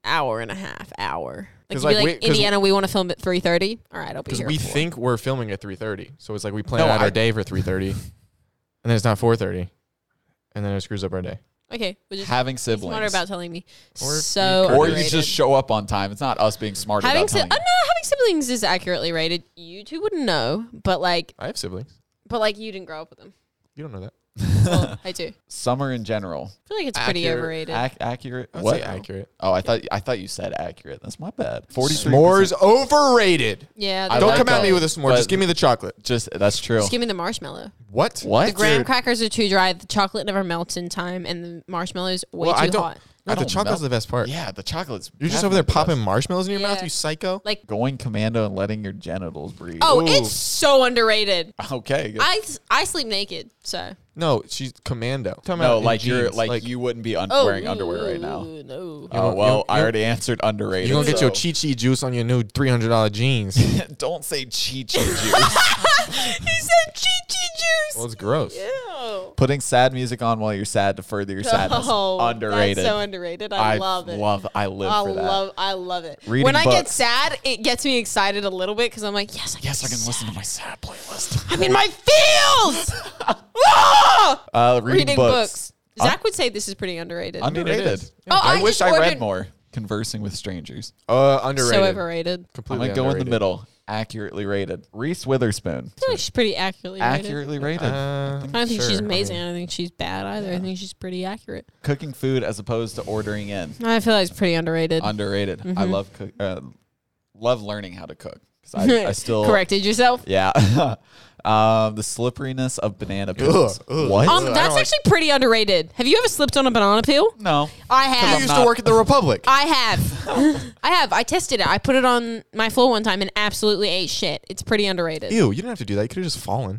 Speaker 3: hour and a half hour. Like,
Speaker 1: 'Cause,
Speaker 3: be
Speaker 1: like,
Speaker 3: like,
Speaker 1: we- 'cause-
Speaker 3: Indiana, we want to film at three thirty. All right, I'll be
Speaker 1: because
Speaker 3: here.
Speaker 1: we
Speaker 3: for it.
Speaker 1: think we're filming at 3.30 so it's like we plan
Speaker 2: No,
Speaker 1: out
Speaker 2: I-
Speaker 1: our day for 3.30 and then it's not 4.30 and then it screws up our day
Speaker 3: okay, which is
Speaker 2: having
Speaker 3: smarter
Speaker 2: siblings
Speaker 3: about telling me.
Speaker 1: Or
Speaker 3: so
Speaker 1: you could-
Speaker 2: or
Speaker 3: underrated.
Speaker 2: you just show up on time it's not us being smart
Speaker 3: having
Speaker 2: about
Speaker 3: si- oh,
Speaker 2: telling
Speaker 3: no, having siblings is accurately rated. You two wouldn't know, but like,
Speaker 1: i have siblings
Speaker 3: but like you didn't grow up with them.
Speaker 1: you don't know that
Speaker 3: Well, I do.
Speaker 2: summer in general
Speaker 3: I feel like it's pretty
Speaker 1: Accurate.
Speaker 3: overrated.
Speaker 2: Ac- accurate
Speaker 1: I'd
Speaker 2: what
Speaker 1: say accurate
Speaker 2: oh i thought i thought you said accurate that's my bad 43
Speaker 1: s'mores overrated
Speaker 3: yeah,
Speaker 2: I
Speaker 3: they're
Speaker 1: don't
Speaker 2: like
Speaker 1: come at
Speaker 2: those,
Speaker 1: me with a s'more
Speaker 2: but-
Speaker 1: just give me the chocolate
Speaker 2: just that's true
Speaker 3: Just give me the marshmallow.
Speaker 1: what
Speaker 2: what
Speaker 3: The graham crackers are too dry. The chocolate never melts in time, and the marshmallows way
Speaker 1: well
Speaker 3: too
Speaker 1: i don't
Speaker 3: hot.
Speaker 1: no,
Speaker 2: I
Speaker 1: the
Speaker 2: don't
Speaker 1: chocolate's
Speaker 2: know.
Speaker 1: the best part
Speaker 2: yeah the chocolates
Speaker 1: you're just over there
Speaker 2: definitely
Speaker 1: popping
Speaker 2: the
Speaker 1: marshmallows in your mouth
Speaker 3: Yeah.
Speaker 1: you psycho
Speaker 3: Like,
Speaker 2: best. going commando and letting your genitals breathe
Speaker 3: oh,
Speaker 1: Ooh.
Speaker 3: it's so underrated.
Speaker 2: okay good.
Speaker 3: I I sleep naked, so
Speaker 1: no she's commando talking
Speaker 2: no
Speaker 1: in
Speaker 2: like you're
Speaker 1: jeans,
Speaker 2: like, you wouldn't be un-
Speaker 3: oh,
Speaker 2: wearing underwear right now
Speaker 3: ooh, No,
Speaker 1: You
Speaker 2: Oh
Speaker 1: don't- you
Speaker 2: well,
Speaker 1: don't-
Speaker 2: I
Speaker 1: you
Speaker 2: already answered underrated.
Speaker 1: you're gonna get your
Speaker 2: so-
Speaker 1: chi-chi juice on your new $300 jeans
Speaker 2: Don't say chi chi juice.
Speaker 3: he said chi chi juice.
Speaker 1: well it's gross
Speaker 3: Ew.
Speaker 2: Putting sad music on while you're sad to further your sadness.
Speaker 3: Oh,
Speaker 2: underrated.
Speaker 3: That's so underrated. I, love it.
Speaker 2: I live
Speaker 3: I
Speaker 2: for that.
Speaker 3: love. I love it.
Speaker 2: Reading
Speaker 3: when I get
Speaker 2: books.
Speaker 3: sad, it gets me excited a little bit because I'm like, yes, I can
Speaker 2: yes, I
Speaker 3: be
Speaker 2: can
Speaker 3: sad.
Speaker 2: listen to my sad playlist.
Speaker 3: I'm in my feels. Ah!
Speaker 2: Uh, reading,
Speaker 3: Reading books. Zach would say this is pretty underrated.
Speaker 1: mean, it
Speaker 2: Underrated.
Speaker 1: is.
Speaker 3: Oh,
Speaker 2: I,
Speaker 3: I
Speaker 2: wish
Speaker 3: just
Speaker 2: I read
Speaker 3: ordered-
Speaker 2: more. Conversing with strangers.
Speaker 1: uh underrated
Speaker 3: so overrated.
Speaker 2: I'm
Speaker 1: completely
Speaker 2: gonna go in the
Speaker 1: underrated.
Speaker 2: middle. Accurately rated. Reese Witherspoon.
Speaker 3: I feel like she's pretty accurately rated.
Speaker 2: Accurately rated.
Speaker 1: Uh,
Speaker 3: I don't think
Speaker 1: sure.
Speaker 3: she's
Speaker 1: I mean,
Speaker 3: amazing. I don't think she's bad either. I think she's pretty accurate.
Speaker 2: Cooking food as opposed to ordering in.
Speaker 3: I feel like it's pretty underrated.
Speaker 2: Underrated.
Speaker 3: Mm-hmm.
Speaker 2: I love cook. Uh, love learning how to cook. 'Cause I, I still
Speaker 3: corrected yourself.
Speaker 2: Yeah. Um, the slipperiness of banana peels.
Speaker 1: ugh.
Speaker 2: What?
Speaker 1: Um,
Speaker 3: Um,
Speaker 1: I don't
Speaker 3: that's
Speaker 1: like-
Speaker 3: actually pretty underrated. Have you ever slipped on a banana peel?
Speaker 2: no.
Speaker 3: I
Speaker 1: You
Speaker 2: I'm
Speaker 3: have.
Speaker 1: used to
Speaker 2: not-
Speaker 1: work at the Republic.
Speaker 3: I have. I have. I tested it. I put it on my floor one time and absolutely ate shit. It's pretty underrated.
Speaker 1: Ew, you didn't have to do that. You could have just fallen.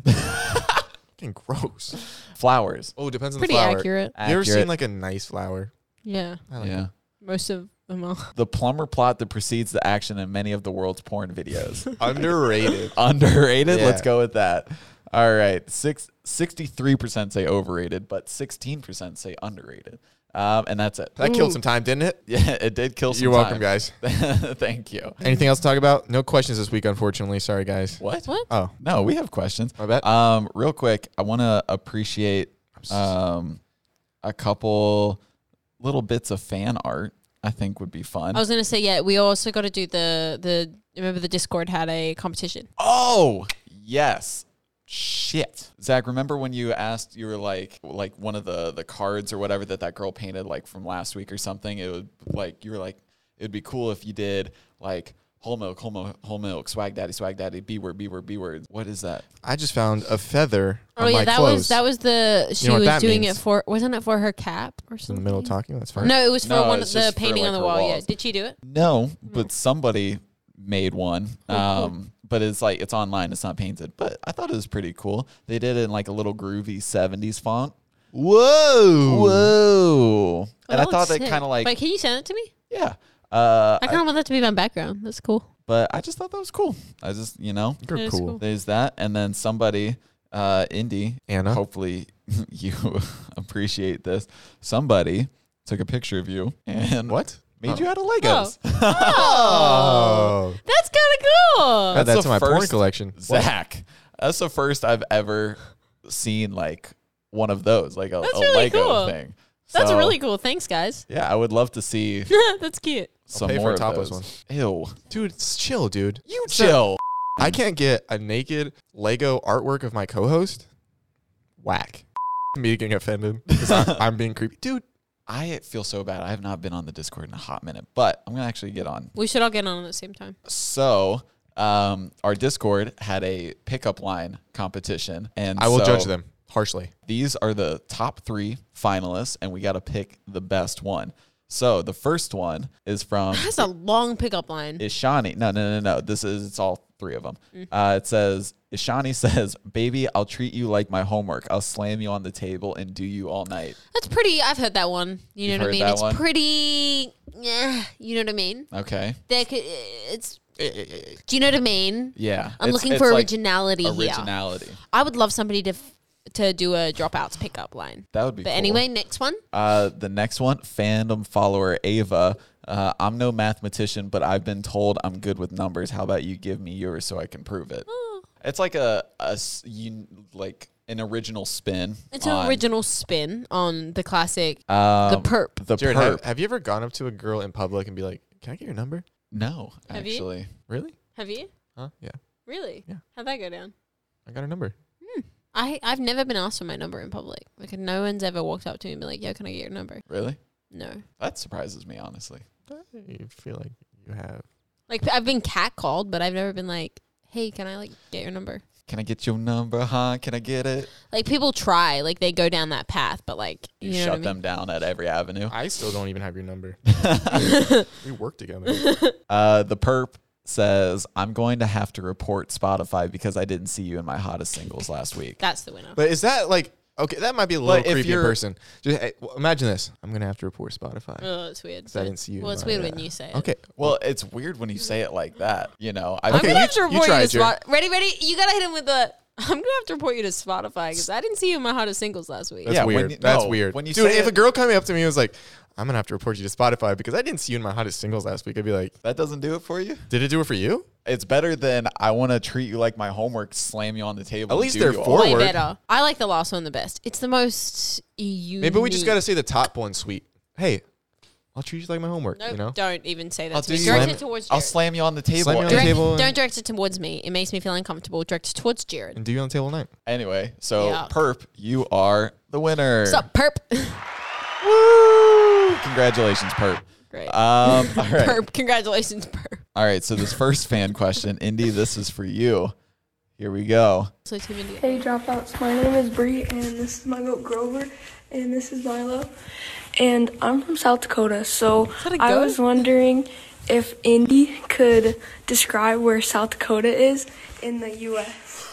Speaker 1: Fucking gross.
Speaker 2: Flowers.
Speaker 1: Oh, depends on
Speaker 3: Pretty
Speaker 1: the flower. Ah.
Speaker 3: accurate.
Speaker 1: You ever seen
Speaker 2: Accurate.
Speaker 1: like a nice flower?
Speaker 3: Yeah.
Speaker 1: I like
Speaker 2: yeah.
Speaker 3: Most of them are.
Speaker 2: The plumber plot that precedes the action in many of the world's porn videos.
Speaker 1: it. Underrated.
Speaker 2: Underrated. Let's
Speaker 1: Yeah.
Speaker 2: go with that. All right. Six, 63% say overrated, but 16% say underrated. Um, and that's it.
Speaker 1: That killed some time, didn't it?
Speaker 2: Yeah, it did kill some
Speaker 1: You're welcome,
Speaker 2: time.
Speaker 1: guys.
Speaker 2: Thank you.
Speaker 1: Anything else to talk about? No questions this week, unfortunately. Sorry, guys.
Speaker 2: What?
Speaker 3: What?
Speaker 1: Oh,
Speaker 2: No, we have questions.
Speaker 1: my bad.
Speaker 2: Um, real quick, I want to appreciate um, a couple little bits of fan art. I think would be fun.
Speaker 3: I was gonna say yeah. We also got to do the the. Remember the Discord had a competition.
Speaker 2: oh yes, shit, Zach. Remember when you asked? You were like, like one of the the cards or whatever that that girl painted, like from last week or something. It would like you were like, it'd be cool if you did like. Whole milk, whole milk, whole milk, swag daddy, swag daddy, B word, B word, B word. What is that?
Speaker 1: I just found a feather
Speaker 3: Oh
Speaker 1: on
Speaker 3: yeah,
Speaker 1: my
Speaker 3: that
Speaker 1: clothes.
Speaker 3: was that was the she
Speaker 1: know what
Speaker 3: was
Speaker 1: that
Speaker 3: doing
Speaker 1: means.
Speaker 3: it for. Wasn't it for her cap or
Speaker 1: in the
Speaker 3: something?
Speaker 1: middle of talking. That's fine.
Speaker 3: No, it was for
Speaker 2: No,
Speaker 3: one
Speaker 2: it's
Speaker 3: of the
Speaker 2: just for,
Speaker 3: painting
Speaker 2: like,
Speaker 3: on the
Speaker 2: her
Speaker 3: wall. Yeah,
Speaker 2: walls.
Speaker 3: did she do it?
Speaker 2: No, but somebody made one. Um, but it's like it's online. It's not painted. But I thought it was pretty cool. They did it in like a little groovy '70s font.
Speaker 1: Whoa.
Speaker 2: Whoa! and I thought that
Speaker 3: that
Speaker 2: kind of like
Speaker 3: Oh, Wait, can you send it to me?
Speaker 2: yeah. Uh,
Speaker 3: I kind of want that to be my background. That's cool.
Speaker 2: but I just thought that was cool. I just you know
Speaker 1: You're
Speaker 3: It is
Speaker 1: cool.
Speaker 3: cool.
Speaker 2: there's that, and then somebody, uh, Indy,
Speaker 1: Anna.
Speaker 2: hopefully you appreciate this. Somebody took a picture of you and
Speaker 1: What?
Speaker 2: made
Speaker 1: Oh.
Speaker 2: you out of Legos.
Speaker 1: Oh.
Speaker 3: That's kind of
Speaker 1: Add
Speaker 2: That's
Speaker 1: that
Speaker 2: the
Speaker 1: to my porn
Speaker 2: first
Speaker 1: collection.
Speaker 2: Zach, that's the first I've ever seen like one of those, like a,
Speaker 3: That's
Speaker 2: a
Speaker 3: really
Speaker 2: Lego
Speaker 3: cool.
Speaker 2: thing.
Speaker 3: That's
Speaker 2: So,
Speaker 3: really cool. Thanks, guys.
Speaker 2: Yeah, I would love to see
Speaker 3: That's cute.
Speaker 2: some
Speaker 1: pay for
Speaker 2: more
Speaker 1: a
Speaker 2: of
Speaker 1: topless
Speaker 2: those. Ew,
Speaker 1: Dude, it's chill, dude.
Speaker 2: you chill.
Speaker 1: I can't get a naked Lego artwork of my co-host. Whack. Me getting offended 'cause I- I'm being creepy, dude.
Speaker 2: I feel so bad. I have not been on the Discord in a hot minute, but I'm gonna actually get on.
Speaker 3: We should all get on at the same time.
Speaker 2: So. Um, our Discord had a pickup line competition, and
Speaker 1: I will
Speaker 2: so
Speaker 1: judge them harshly.
Speaker 2: These are the top three finalists, and we got to pick the best one. So the first one is from
Speaker 3: That's a long pickup line.
Speaker 2: Ishani. No, no, no, no. This is it's all three of them.
Speaker 3: Mm-hmm.
Speaker 2: Uh, it says Ishani says, "Baby, I'll treat you like my homework. I'll slam you on the table and do you all night."
Speaker 3: That's pretty. I've heard that one. You
Speaker 2: You've
Speaker 3: know what I
Speaker 2: heard
Speaker 3: mean?
Speaker 2: that
Speaker 3: It's
Speaker 2: one?
Speaker 3: pretty. Yeah, you know what I mean.
Speaker 2: Okay.
Speaker 3: There could. It's.
Speaker 2: Eh,
Speaker 3: Do you know what I mean?
Speaker 2: Yeah.
Speaker 3: I'm
Speaker 2: It's-
Speaker 3: looking
Speaker 2: it's
Speaker 3: for
Speaker 2: like
Speaker 3: originality here.
Speaker 2: Originality.
Speaker 3: I would love somebody to f- to do a dropouts pickup line.
Speaker 2: That would be.
Speaker 3: But
Speaker 2: cool.
Speaker 3: anyway, next one.
Speaker 2: Uh, the next one, fandom follower Ava. Uh, I'm no mathematician, but I've been told I'm good with numbers. How about you give me yours so I can prove it?
Speaker 3: Oh.
Speaker 2: It's like a, a s- you, like an original spin.
Speaker 3: It's an
Speaker 2: on,
Speaker 3: original spin on the classic the
Speaker 2: um,
Speaker 3: perp.
Speaker 2: The
Speaker 1: Jared,
Speaker 2: perp.
Speaker 1: have, have you ever gone up to a girl in public and be like, "Can I get your number?"
Speaker 2: no,
Speaker 3: Have you?
Speaker 2: actually.
Speaker 1: Really?
Speaker 3: Have you
Speaker 1: Huh? Yeah,
Speaker 3: really?
Speaker 1: Yeah.
Speaker 3: How'd that go down?
Speaker 1: I got her number.
Speaker 3: I I've never been asked for my number in public. Like no one's ever walked up to me and been like, "Yo, can I get your number?"
Speaker 2: Really?
Speaker 3: No.
Speaker 2: That surprises me, honestly.
Speaker 1: You feel like you have.
Speaker 3: Like I've been catcalled, but I've never been like, "Hey, can I like get your number?"
Speaker 2: Can I get your number, huh? Can I get it?
Speaker 3: Like people try, like they go down that path, but like
Speaker 2: You,
Speaker 3: you, know
Speaker 2: shut
Speaker 3: what I
Speaker 2: them
Speaker 3: mean?
Speaker 2: down at every avenue.
Speaker 1: I still don't even have your number. we work together.
Speaker 2: Uh, the perp says, I'm going to have to report Spotify because I didn't see you in my hottest singles last week.
Speaker 3: That's the winner.
Speaker 1: But is that like okay? That might be a little
Speaker 2: But if
Speaker 1: creepy in
Speaker 2: you're-
Speaker 1: person. Just, hey, well, imagine this. I'm gonna have to report Spotify because
Speaker 3: oh, it's weird.
Speaker 1: I didn't see you. in
Speaker 3: Well, it's
Speaker 1: my-
Speaker 3: weird
Speaker 1: yeah.
Speaker 3: when you say it.
Speaker 1: Okay.
Speaker 2: Well, it's weird when you say it like that. You know, I
Speaker 3: I'm
Speaker 1: Okay,
Speaker 3: gonna
Speaker 1: you-
Speaker 3: have to
Speaker 1: you
Speaker 3: report you,
Speaker 1: try it,
Speaker 3: to
Speaker 1: Jared.
Speaker 3: Spot- Ready, ready? You gotta hit him with the. I'm gonna have to report you to Spotify because I didn't see you in my hottest singles last week.
Speaker 1: That's
Speaker 2: Yeah, when
Speaker 1: weird.
Speaker 2: you-
Speaker 1: That's
Speaker 2: no,
Speaker 1: weird.
Speaker 2: when you
Speaker 1: Dude,
Speaker 2: say
Speaker 1: if
Speaker 2: it-
Speaker 1: a girl coming up to me and was like, I'm gonna have to report you to Spotify because I didn't see you in my hottest singles last week, I'd be like,
Speaker 2: that doesn't do it for you.
Speaker 1: Did it do it for you?
Speaker 2: It's better than I want to treat you like my homework, slam you on the table.
Speaker 1: At
Speaker 2: and
Speaker 1: least
Speaker 2: do
Speaker 1: they're
Speaker 2: you all-
Speaker 1: forward.
Speaker 3: Way better. I like the last one the best. It's the most unique.
Speaker 1: Maybe we just gotta say the top one sweet. Hey, I'll treat you like my homework,
Speaker 3: Nope,
Speaker 1: you know?
Speaker 3: don't even say that
Speaker 2: I'll
Speaker 3: to me.
Speaker 2: do
Speaker 3: Direct
Speaker 1: slam-
Speaker 3: it towards
Speaker 2: I'll
Speaker 3: Jared.
Speaker 2: slam you on the table.
Speaker 1: Slam you on the
Speaker 3: Direct-
Speaker 1: table and-
Speaker 3: Don't direct it towards me. It makes me feel uncomfortable. Direct it towards Jared.
Speaker 1: And do you on table nine.
Speaker 2: Anyway, so
Speaker 3: Yuck.
Speaker 2: perp, you are the winner.
Speaker 3: What's up, perp?
Speaker 2: Woo! Congratulations, perp.
Speaker 3: Great.
Speaker 2: Um, all right.
Speaker 3: Perp. Congratulations, perp.
Speaker 2: All right. So this first fan question, Indy, this is for you. Here we go.
Speaker 3: So Team India.
Speaker 4: Hey, dropouts. My name is Bree, and this is my goat Grover, and this is Milo, and I'm from South Dakota. So
Speaker 3: that a
Speaker 4: I
Speaker 3: goat?
Speaker 4: was wondering if Indy could describe where South Dakota is in the U.S.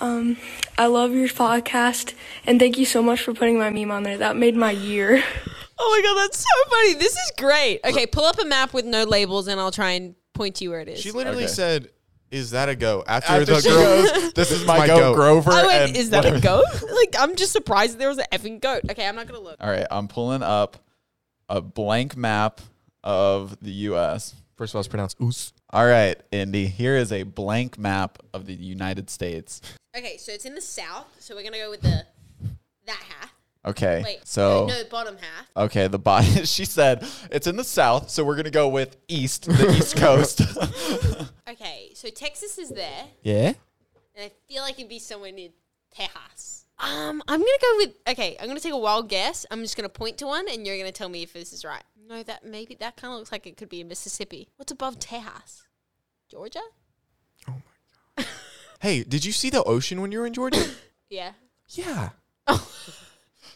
Speaker 4: Um, I love your podcast, and thank you so much for putting my meme on there. That made my year.
Speaker 3: Oh my god, that's so funny. This is great. Okay, pull up a map with no labels, and I'll try and point you where it is.
Speaker 1: She literally
Speaker 2: Okay.
Speaker 1: said, "Is that a go?" After,
Speaker 2: After
Speaker 1: the
Speaker 2: she
Speaker 1: girl,
Speaker 2: goes, this is my,
Speaker 1: My
Speaker 2: goat,
Speaker 1: goat.
Speaker 2: Grover.
Speaker 3: I went,
Speaker 2: and
Speaker 3: is that a
Speaker 2: whatever.
Speaker 3: goat? Like, I'm just surprised that there was an effing goat. Okay, I'm not gonna look.
Speaker 2: All right, I'm pulling up a blank map of the U.S.
Speaker 1: first of all, it's pronounced "oos."
Speaker 2: All right, Indy, here is a blank map of the United States.
Speaker 3: Okay, so it's in the south, so we're gonna go with the that half.
Speaker 2: Okay,
Speaker 3: Wait,
Speaker 2: so.
Speaker 3: no, bottom half.
Speaker 2: Okay, the body. She said it's in the south, so we're gonna go with east, the east coast.
Speaker 3: Okay, so Texas is there,
Speaker 1: Yeah.
Speaker 3: and I feel like it'd be somewhere near Texas. Um, I'm gonna go with okay. I'm gonna take a wild guess. I'm just gonna point to one, and you're gonna tell me if this is right. No, that maybe that kind of looks like it could be in Mississippi. What's above Texas? Georgia?
Speaker 1: Hey, did you see the ocean when you were in Georgia?
Speaker 3: Yeah.
Speaker 1: yeah.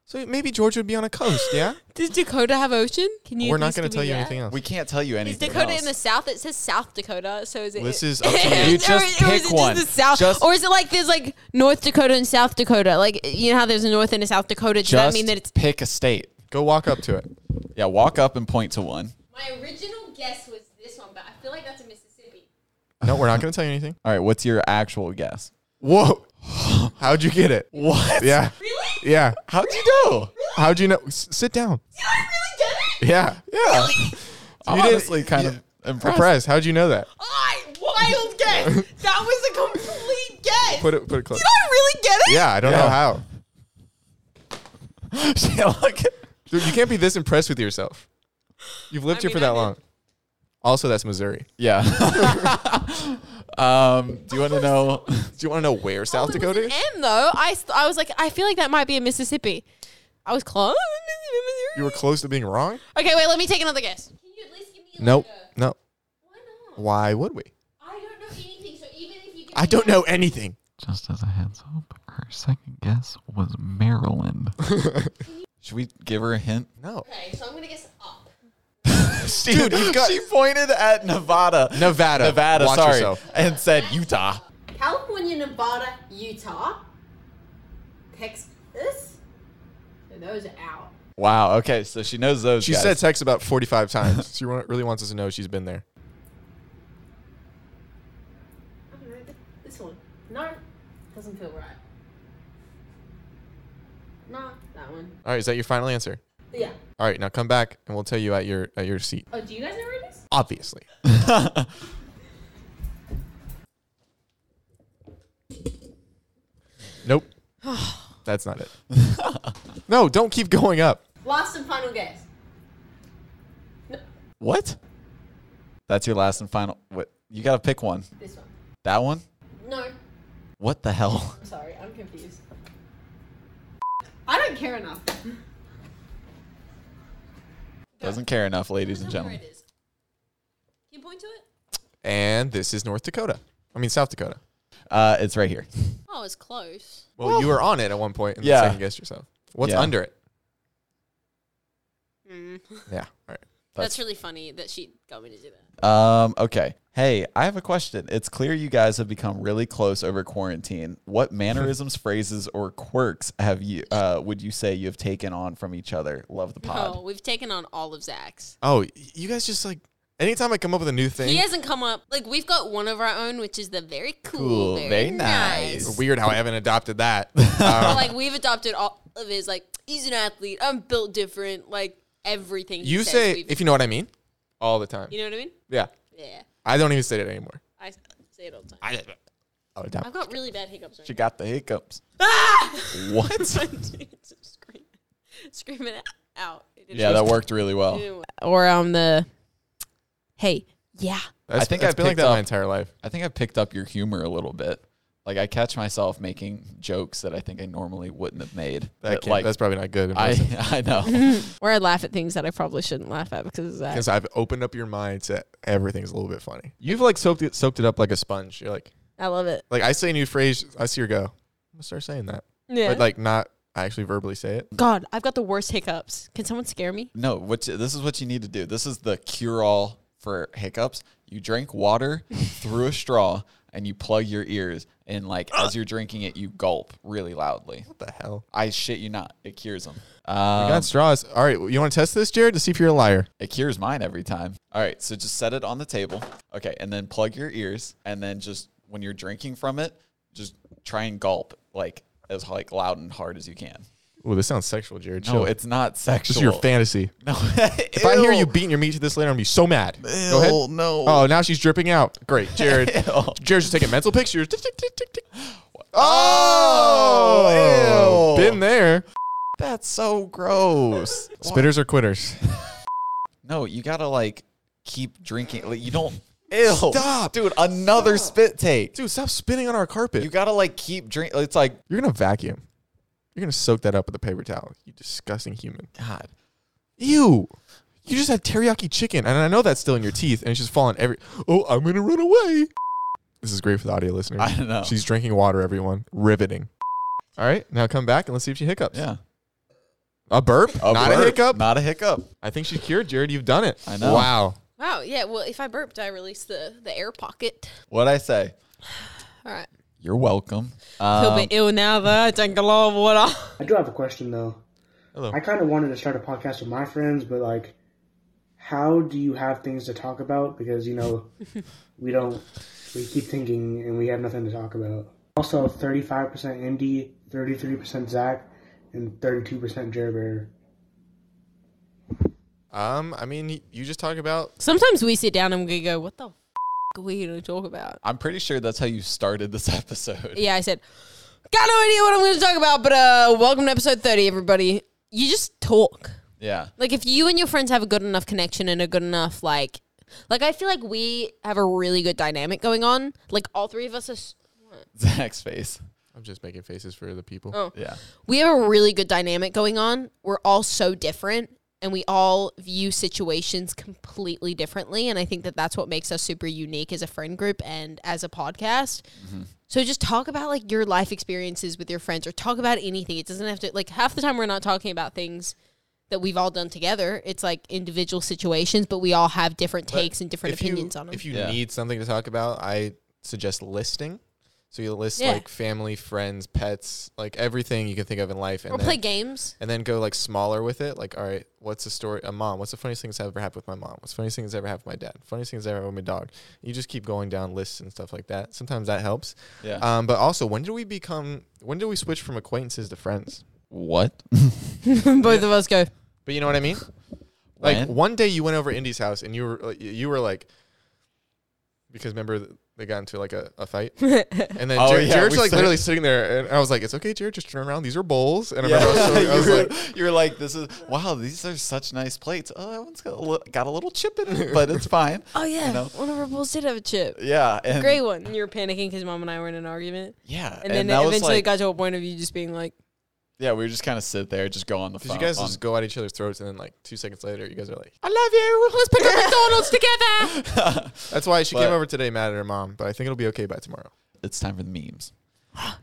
Speaker 1: So maybe Georgia would be on a coast. Yeah.
Speaker 3: Does Dakota have ocean? Can
Speaker 1: We're not going to tell you anything else.
Speaker 2: we can't tell you
Speaker 3: Is
Speaker 2: anything.
Speaker 3: Dakota in the
Speaker 2: else.
Speaker 3: south? It says South Dakota, so is it?
Speaker 1: This is up to you.
Speaker 3: Or-
Speaker 2: You just
Speaker 3: or, is
Speaker 2: pick
Speaker 3: it
Speaker 2: one.
Speaker 3: Just the south,
Speaker 2: Just-
Speaker 3: or is it like there's like North Dakota and South Dakota? Like you know how there's a North and a South Dakota. Does
Speaker 2: Just
Speaker 3: that mean that it's?
Speaker 2: pick a state.
Speaker 1: Go walk up to it.
Speaker 2: Yeah, walk up and point to one.
Speaker 3: My original guess was this one, but I feel like that's a Mississippi.
Speaker 1: No, we're not going to tell you anything.
Speaker 2: All right, what's your actual guess?
Speaker 1: Whoa. How'd you get it?
Speaker 2: What?
Speaker 1: Yeah.
Speaker 3: Really?
Speaker 1: Yeah.
Speaker 2: How'd you know?
Speaker 1: How'd you know? S- sit down.
Speaker 3: Did I really get it?
Speaker 1: Yeah.
Speaker 2: Yeah. I'm
Speaker 1: You did-
Speaker 2: honestly kind
Speaker 1: yeah.
Speaker 2: of impressed.
Speaker 1: Impressed. How'd you know that?
Speaker 3: I wild guess. That was a complete guess.
Speaker 1: Put it. Put it close.
Speaker 3: Did I really get it?
Speaker 1: Yeah. I don't
Speaker 2: Yeah.
Speaker 1: know how.
Speaker 2: Yeah, look.
Speaker 1: Dude, you can't be this impressed with yourself. You've lived
Speaker 3: I
Speaker 1: here for
Speaker 3: mean,
Speaker 1: that
Speaker 3: I did.
Speaker 1: long. Also, that's Missouri.
Speaker 2: Yeah. um, do you want to know?
Speaker 1: Do you want to know where
Speaker 3: Oh,
Speaker 1: South
Speaker 3: it was
Speaker 1: Dakota
Speaker 3: an
Speaker 1: is?
Speaker 3: M though. I st- I was like I feel like that might be in Mississippi. I was close.
Speaker 1: You were close to being wrong.
Speaker 3: Okay, wait. Let me take another guess. Can you at least give me? Like
Speaker 1: Nope. No.
Speaker 3: Why not?
Speaker 1: Why would we?
Speaker 3: I don't know anything. So even if you,
Speaker 1: I don't know anything.
Speaker 6: Just as a heads up, her second guess was Maryland.
Speaker 2: Should we give her a hint?
Speaker 1: No.
Speaker 3: Okay, so I'm gonna guess up.
Speaker 1: Dude, you've got
Speaker 2: she pointed at Nevada.
Speaker 1: Nevada.
Speaker 2: Nevada,
Speaker 1: Watch
Speaker 2: sorry.
Speaker 1: yourself.
Speaker 2: And said Utah.
Speaker 3: California, Nevada, Utah, Texas. So those are out.
Speaker 2: Wow. Okay. So she knows those.
Speaker 1: She
Speaker 2: guys.
Speaker 1: said text about 45 times. she wa- really wants us to know she's been there.
Speaker 3: I don't know, th- This one. No, doesn't feel right. No, that one.
Speaker 1: All right, is that your final answer?
Speaker 3: Yeah.
Speaker 1: All right, now come back and we'll tell you at your at your seat.
Speaker 3: Oh, do you guys know where it is?
Speaker 1: Obviously. nope. That's not it. no, don't keep going up.
Speaker 3: Last and final guess.
Speaker 2: what? That's your last and final. What? You gotta pick one.
Speaker 3: This one.
Speaker 2: That one.
Speaker 3: No,
Speaker 2: What the hell?
Speaker 3: I'm sorry, I'm confused. I don't care enough.
Speaker 2: Doesn't care enough, ladies and gentlemen.
Speaker 3: it is. Can you point to it?
Speaker 1: And this is North Dakota. I mean South Dakota.
Speaker 2: Uh, it's right here.
Speaker 3: Oh, it's close.
Speaker 1: Well, you were on it at one point and
Speaker 2: Yeah.
Speaker 1: then second guessed yourself. What's
Speaker 2: Yeah.
Speaker 1: under it?
Speaker 3: Mm.
Speaker 1: Yeah. All right.
Speaker 3: That's really funny that she got me to do that.
Speaker 2: Um. Okay. Hey, I have a question. It's clear you guys have become really close over quarantine. What mannerisms, phrases, or quirks have you? Uh, would you say you have taken on from each other? Love the pod.
Speaker 3: No, we've taken on all of Zach's.
Speaker 1: Oh, y- you guys just like anytime I come up with a new thing,
Speaker 3: He hasn't come up like we've got one of our own, which is the very cool,
Speaker 2: Cool, very nice.
Speaker 1: weird how I haven't adopted that.
Speaker 3: But,
Speaker 1: Um,
Speaker 3: like we've adopted all of his like he's an athlete. I'm built different. Like everything. he
Speaker 1: you
Speaker 3: says,
Speaker 1: say
Speaker 3: we've-
Speaker 1: if you know what I mean all the time.
Speaker 3: you know what I mean.
Speaker 1: Yeah.
Speaker 3: Yeah,
Speaker 1: I don't even say it anymore.
Speaker 3: I s- say it all the time.
Speaker 1: I oh, damn.
Speaker 3: I've got really bad hiccups. Right
Speaker 2: She got the hiccups.
Speaker 3: now.
Speaker 2: What?
Speaker 3: Just scream, screaming it out. It didn't
Speaker 2: yeah, that
Speaker 3: work.
Speaker 2: worked really
Speaker 1: Oh.
Speaker 2: well.
Speaker 3: Or um the hey yeah.
Speaker 1: That's,
Speaker 2: I think
Speaker 1: that's
Speaker 2: I
Speaker 1: been like
Speaker 2: picked
Speaker 1: that
Speaker 2: up-
Speaker 1: my entire life.
Speaker 2: I think I picked up your humor a little bit. Like I catch myself making jokes that I think I normally wouldn't have made.
Speaker 1: That can't,
Speaker 2: like
Speaker 1: that's probably not good.
Speaker 2: I
Speaker 1: I
Speaker 2: I know.
Speaker 1: Oh.
Speaker 3: Or I laugh at things that I probably shouldn't laugh at because of that.
Speaker 1: because I've opened up your mind to everything's a little bit funny. You've like soaked it, soaked it up like a sponge. You're like,
Speaker 3: I love it.
Speaker 1: Like I say a new phrase, I see her go. I'm gonna start saying that,
Speaker 3: Yeah.
Speaker 1: but like not actually verbally say it.
Speaker 3: God, I've got the worst hiccups. Can someone scare me?
Speaker 2: No, what you, this is what you need to do. This is the cure all for hiccups. You drink water through a straw and you plug your ears and like as you're drinking it you gulp really loudly.
Speaker 1: What the hell?
Speaker 2: I shit you not. It cures them.
Speaker 1: I got
Speaker 2: Um,
Speaker 1: straws. All right, well, you want to test this, Jared, to see if you're a liar?
Speaker 2: it cures mine every time. All right, so just set it on the table. Okay, and then plug your ears and then just when you're drinking from it, just try and gulp like as like loud and hard as you can.
Speaker 1: Oh, this sounds sexual, Jared.
Speaker 2: No,
Speaker 1: Chill.
Speaker 2: it's not
Speaker 1: this
Speaker 2: sexual.
Speaker 1: is your fantasy.
Speaker 2: No.
Speaker 1: If I hear you beating your meat to this later, I'm gonna be so mad. Go ahead.
Speaker 2: no.
Speaker 1: Oh, now she's dripping out. Great, Jared.
Speaker 2: Ew.
Speaker 1: Jared's just taking mental pictures. Tick, tick, tick, tick, tick.
Speaker 2: Oh,
Speaker 1: Oh, been there.
Speaker 2: That's so gross.
Speaker 1: Spitters or quitters?
Speaker 2: No, you gotta like keep drinking. Like, you don't. Ew.
Speaker 1: Stop.
Speaker 2: dude. Another spit take.
Speaker 1: Dude, stop spitting on our carpet.
Speaker 2: You gotta like keep drink. It's like
Speaker 1: You're gonna vacuum. You're gonna soak that up with a paper towel. You disgusting human.
Speaker 2: God.
Speaker 1: Ew. You just had teriyaki chicken, and I know that's still in your teeth, and it's just falling every. Oh, I'm gonna run away. This is great for the audio listeners.
Speaker 2: I don't know.
Speaker 1: She's drinking water. Everyone, riveting. All right, now come back and let's see if she hiccups.
Speaker 2: yeah.
Speaker 1: A burp, not a
Speaker 2: burp,
Speaker 1: hiccup.
Speaker 2: Not a hiccup.
Speaker 1: I think she's cured, Jared. You've done it.
Speaker 2: I know.
Speaker 1: Wow.
Speaker 3: Wow. Yeah. Well, if I burped, I release the the air pocket.
Speaker 2: What I say?
Speaker 3: All right.
Speaker 2: You're welcome.
Speaker 3: Feel
Speaker 2: Um,
Speaker 3: bit ill now that I drank a lot of water.
Speaker 7: I do have a question though.
Speaker 1: Hello.
Speaker 7: I kind of wanted to start a podcast with my friends, but like, how do you have things to talk about? Because you know, we don't. We keep thinking, and we have nothing to talk about. Also, thirty-five percent Indy, thirty-three percent Zach, and thirty-two percent Jer Bear.
Speaker 1: Um, I mean, you just talk about
Speaker 3: Sometimes we sit down and we go, "What the f- are we gonna talk about?"
Speaker 2: I'm pretty sure that's how you started this episode.
Speaker 3: Yeah, I said, "Got no idea what I'm gonna talk about," but uh, welcome to episode thirty, everybody. You just talk.
Speaker 2: Yeah.
Speaker 3: Like if you and your friends have a good enough connection and a good enough like, like I feel like we have a really good dynamic going on. Like all three of us are. s-
Speaker 2: Zach's face.
Speaker 1: I'm just making faces for the people.
Speaker 3: Oh.
Speaker 2: Yeah.
Speaker 3: we have a really good dynamic going on. We're all so different and we all view situations completely differently. And I think that that's what makes us super unique as a friend group and as a podcast.
Speaker 1: Mm-hmm.
Speaker 3: So just talk about like your life experiences with your friends or talk about anything. It doesn't have to, like, half the time we're not talking about things that we've all done together. It's like individual situations, but we all have different takes and different
Speaker 1: you-
Speaker 3: opinions on them.
Speaker 1: If you
Speaker 2: Yeah.
Speaker 1: need something to talk about, I suggest listing. So you list
Speaker 3: Yeah.
Speaker 1: like family, friends, pets, like everything you can think of in life, and
Speaker 3: or
Speaker 1: then,
Speaker 3: play games.
Speaker 1: and then go like smaller with it. Like, all right, what's the story? A mom. What's the funniest thing that's ever happened with my mom? What's the funniest thing that's ever happened with my dad? Funniest thing that's ever happened with my dog. You just keep going down lists and stuff like that. Sometimes that helps.
Speaker 2: Yeah.
Speaker 1: Um, but also, when did we become? When did we switch from acquaintances to friends?
Speaker 2: What?
Speaker 3: Both of us go,
Speaker 1: But you know what I mean. Like
Speaker 2: When?
Speaker 1: one day you went over to Indy's house and you were like, you were like, because remember th- they got into like a, a fight, and then
Speaker 2: Oh,
Speaker 1: Jared,
Speaker 2: yeah,
Speaker 1: Jared's
Speaker 2: we
Speaker 1: like
Speaker 2: said-
Speaker 1: literally sitting there, and I was like, it's okay, Jared, just turn around. These are bowls, and I
Speaker 2: Yeah.
Speaker 1: remember I was, so, I was
Speaker 2: you, were,
Speaker 1: like,
Speaker 2: you were like, "This is wow. These are such nice plates. Oh, that one's got a, li- got a little chip in it, but it's fine."
Speaker 3: Oh, yeah.
Speaker 2: know?
Speaker 3: One of our bulls did have a chip.
Speaker 2: Yeah, and
Speaker 3: Great one. And you were panicking because mom and I were in an argument.
Speaker 2: Yeah,
Speaker 3: And, then
Speaker 2: that
Speaker 3: it
Speaker 2: was
Speaker 3: eventually
Speaker 2: like,
Speaker 3: got to a point of you just being like,
Speaker 2: yeah, we would just kind of sit there, just go on the
Speaker 1: because
Speaker 2: phone.
Speaker 1: you guys
Speaker 2: on-
Speaker 1: just go at each other's throats, and then like two seconds later, you guys are like,
Speaker 3: I love you. Let's pick up McDonald's together.
Speaker 1: that's why she
Speaker 2: But-
Speaker 1: came over today mad at her mom, but I think it'll be okay by tomorrow.
Speaker 2: it's time for the memes.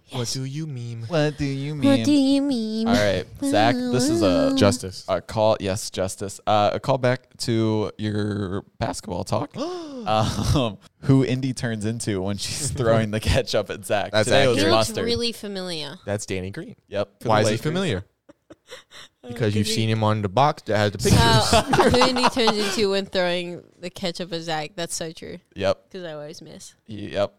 Speaker 1: What do you mean?
Speaker 2: What do you mean? What do you mean? All right, Zach, this is a
Speaker 1: Justice.
Speaker 2: a call. Yes, justice. Uh, a call back to your basketball talk. um, who Indy turns into when she's throwing the ketchup at Zach?
Speaker 1: That's
Speaker 2: Today
Speaker 1: accurate.
Speaker 2: was
Speaker 1: He looks
Speaker 2: mustard.
Speaker 3: familiar.
Speaker 1: That's Danny Green.
Speaker 2: yep. for
Speaker 1: Why
Speaker 2: the
Speaker 1: is he
Speaker 2: Lakers.
Speaker 1: familiar? Because you've seen him on the box that has the pictures.
Speaker 3: Who Indy turns into when throwing the ketchup at Zach. That's so true.
Speaker 2: Yep.
Speaker 3: Because I always miss.
Speaker 2: Yep.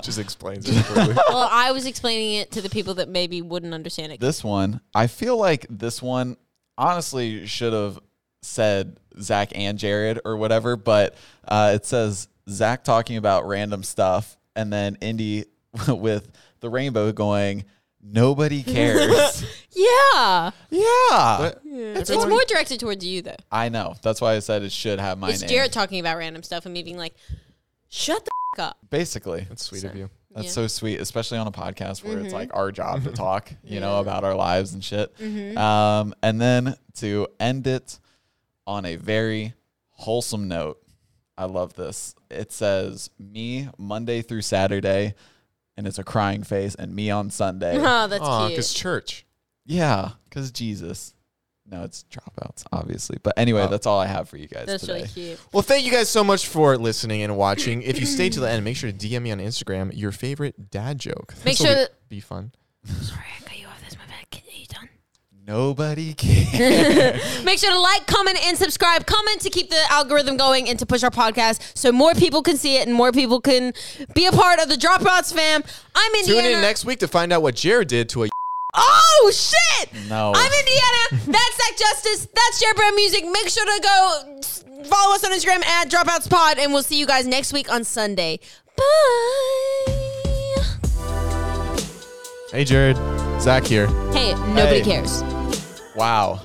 Speaker 1: just explains it. completely.
Speaker 3: Well, I was explaining it to the people that maybe wouldn't understand it.
Speaker 2: this one, I feel like this one honestly should have said Zach and Jared or whatever, but uh, it says Zach talking about random stuff and then Indy with the rainbow going, nobody cares.
Speaker 3: yeah.
Speaker 2: yeah.
Speaker 1: But
Speaker 3: It's, more directed towards you, though.
Speaker 2: I know. That's why I said it should have my
Speaker 3: it's
Speaker 2: name.
Speaker 3: Jared talking about random stuff and me being like, shut the f- up.
Speaker 2: Basically.
Speaker 1: That's sweet of you.
Speaker 2: That's
Speaker 3: Yeah. Mm-hmm.
Speaker 2: so sweet, especially on a podcast where it's like our job to talk, you know, about our lives and shit. Um, and then to end it on a very wholesome note, I love this. It says me Monday through Saturday, and it's a crying face, and me on Sunday.
Speaker 3: Oh, that's
Speaker 1: Aw,
Speaker 3: cute.
Speaker 1: church.
Speaker 2: yeah, because Jesus. No, it's dropouts, obviously. But anyway,
Speaker 1: Oh.
Speaker 2: that's all I have for you guys
Speaker 3: That's
Speaker 2: today.
Speaker 3: really cute.
Speaker 1: Well, thank you guys so much for listening and watching. If you stay to the end, make sure to DM me on Instagram your favorite dad joke.
Speaker 3: Make
Speaker 1: This'll
Speaker 3: sure
Speaker 1: be,
Speaker 3: that-
Speaker 1: be fun.
Speaker 3: Sorry, I cut you off. That's my bad. Are you done?
Speaker 2: Nobody cares.
Speaker 3: Make sure to like, comment, and subscribe. Comment to keep the algorithm going and to push our podcast so more people can see it and more people can be a part of the Dropouts fam. I'm Indiana.
Speaker 1: Tune in next week to find out what Jared did to a.
Speaker 3: Oh shit!
Speaker 2: No.
Speaker 3: I'm Indiana. That's Zach Justice. That's Jared Brown Music. Make sure to go s- follow us on Instagram at Dropouts Pod, and we'll see you guys next week on Sunday. Bye.
Speaker 1: Hey, Jared. Zach here.
Speaker 3: Hey, nobody
Speaker 2: Hey.
Speaker 3: cares.
Speaker 2: Wow.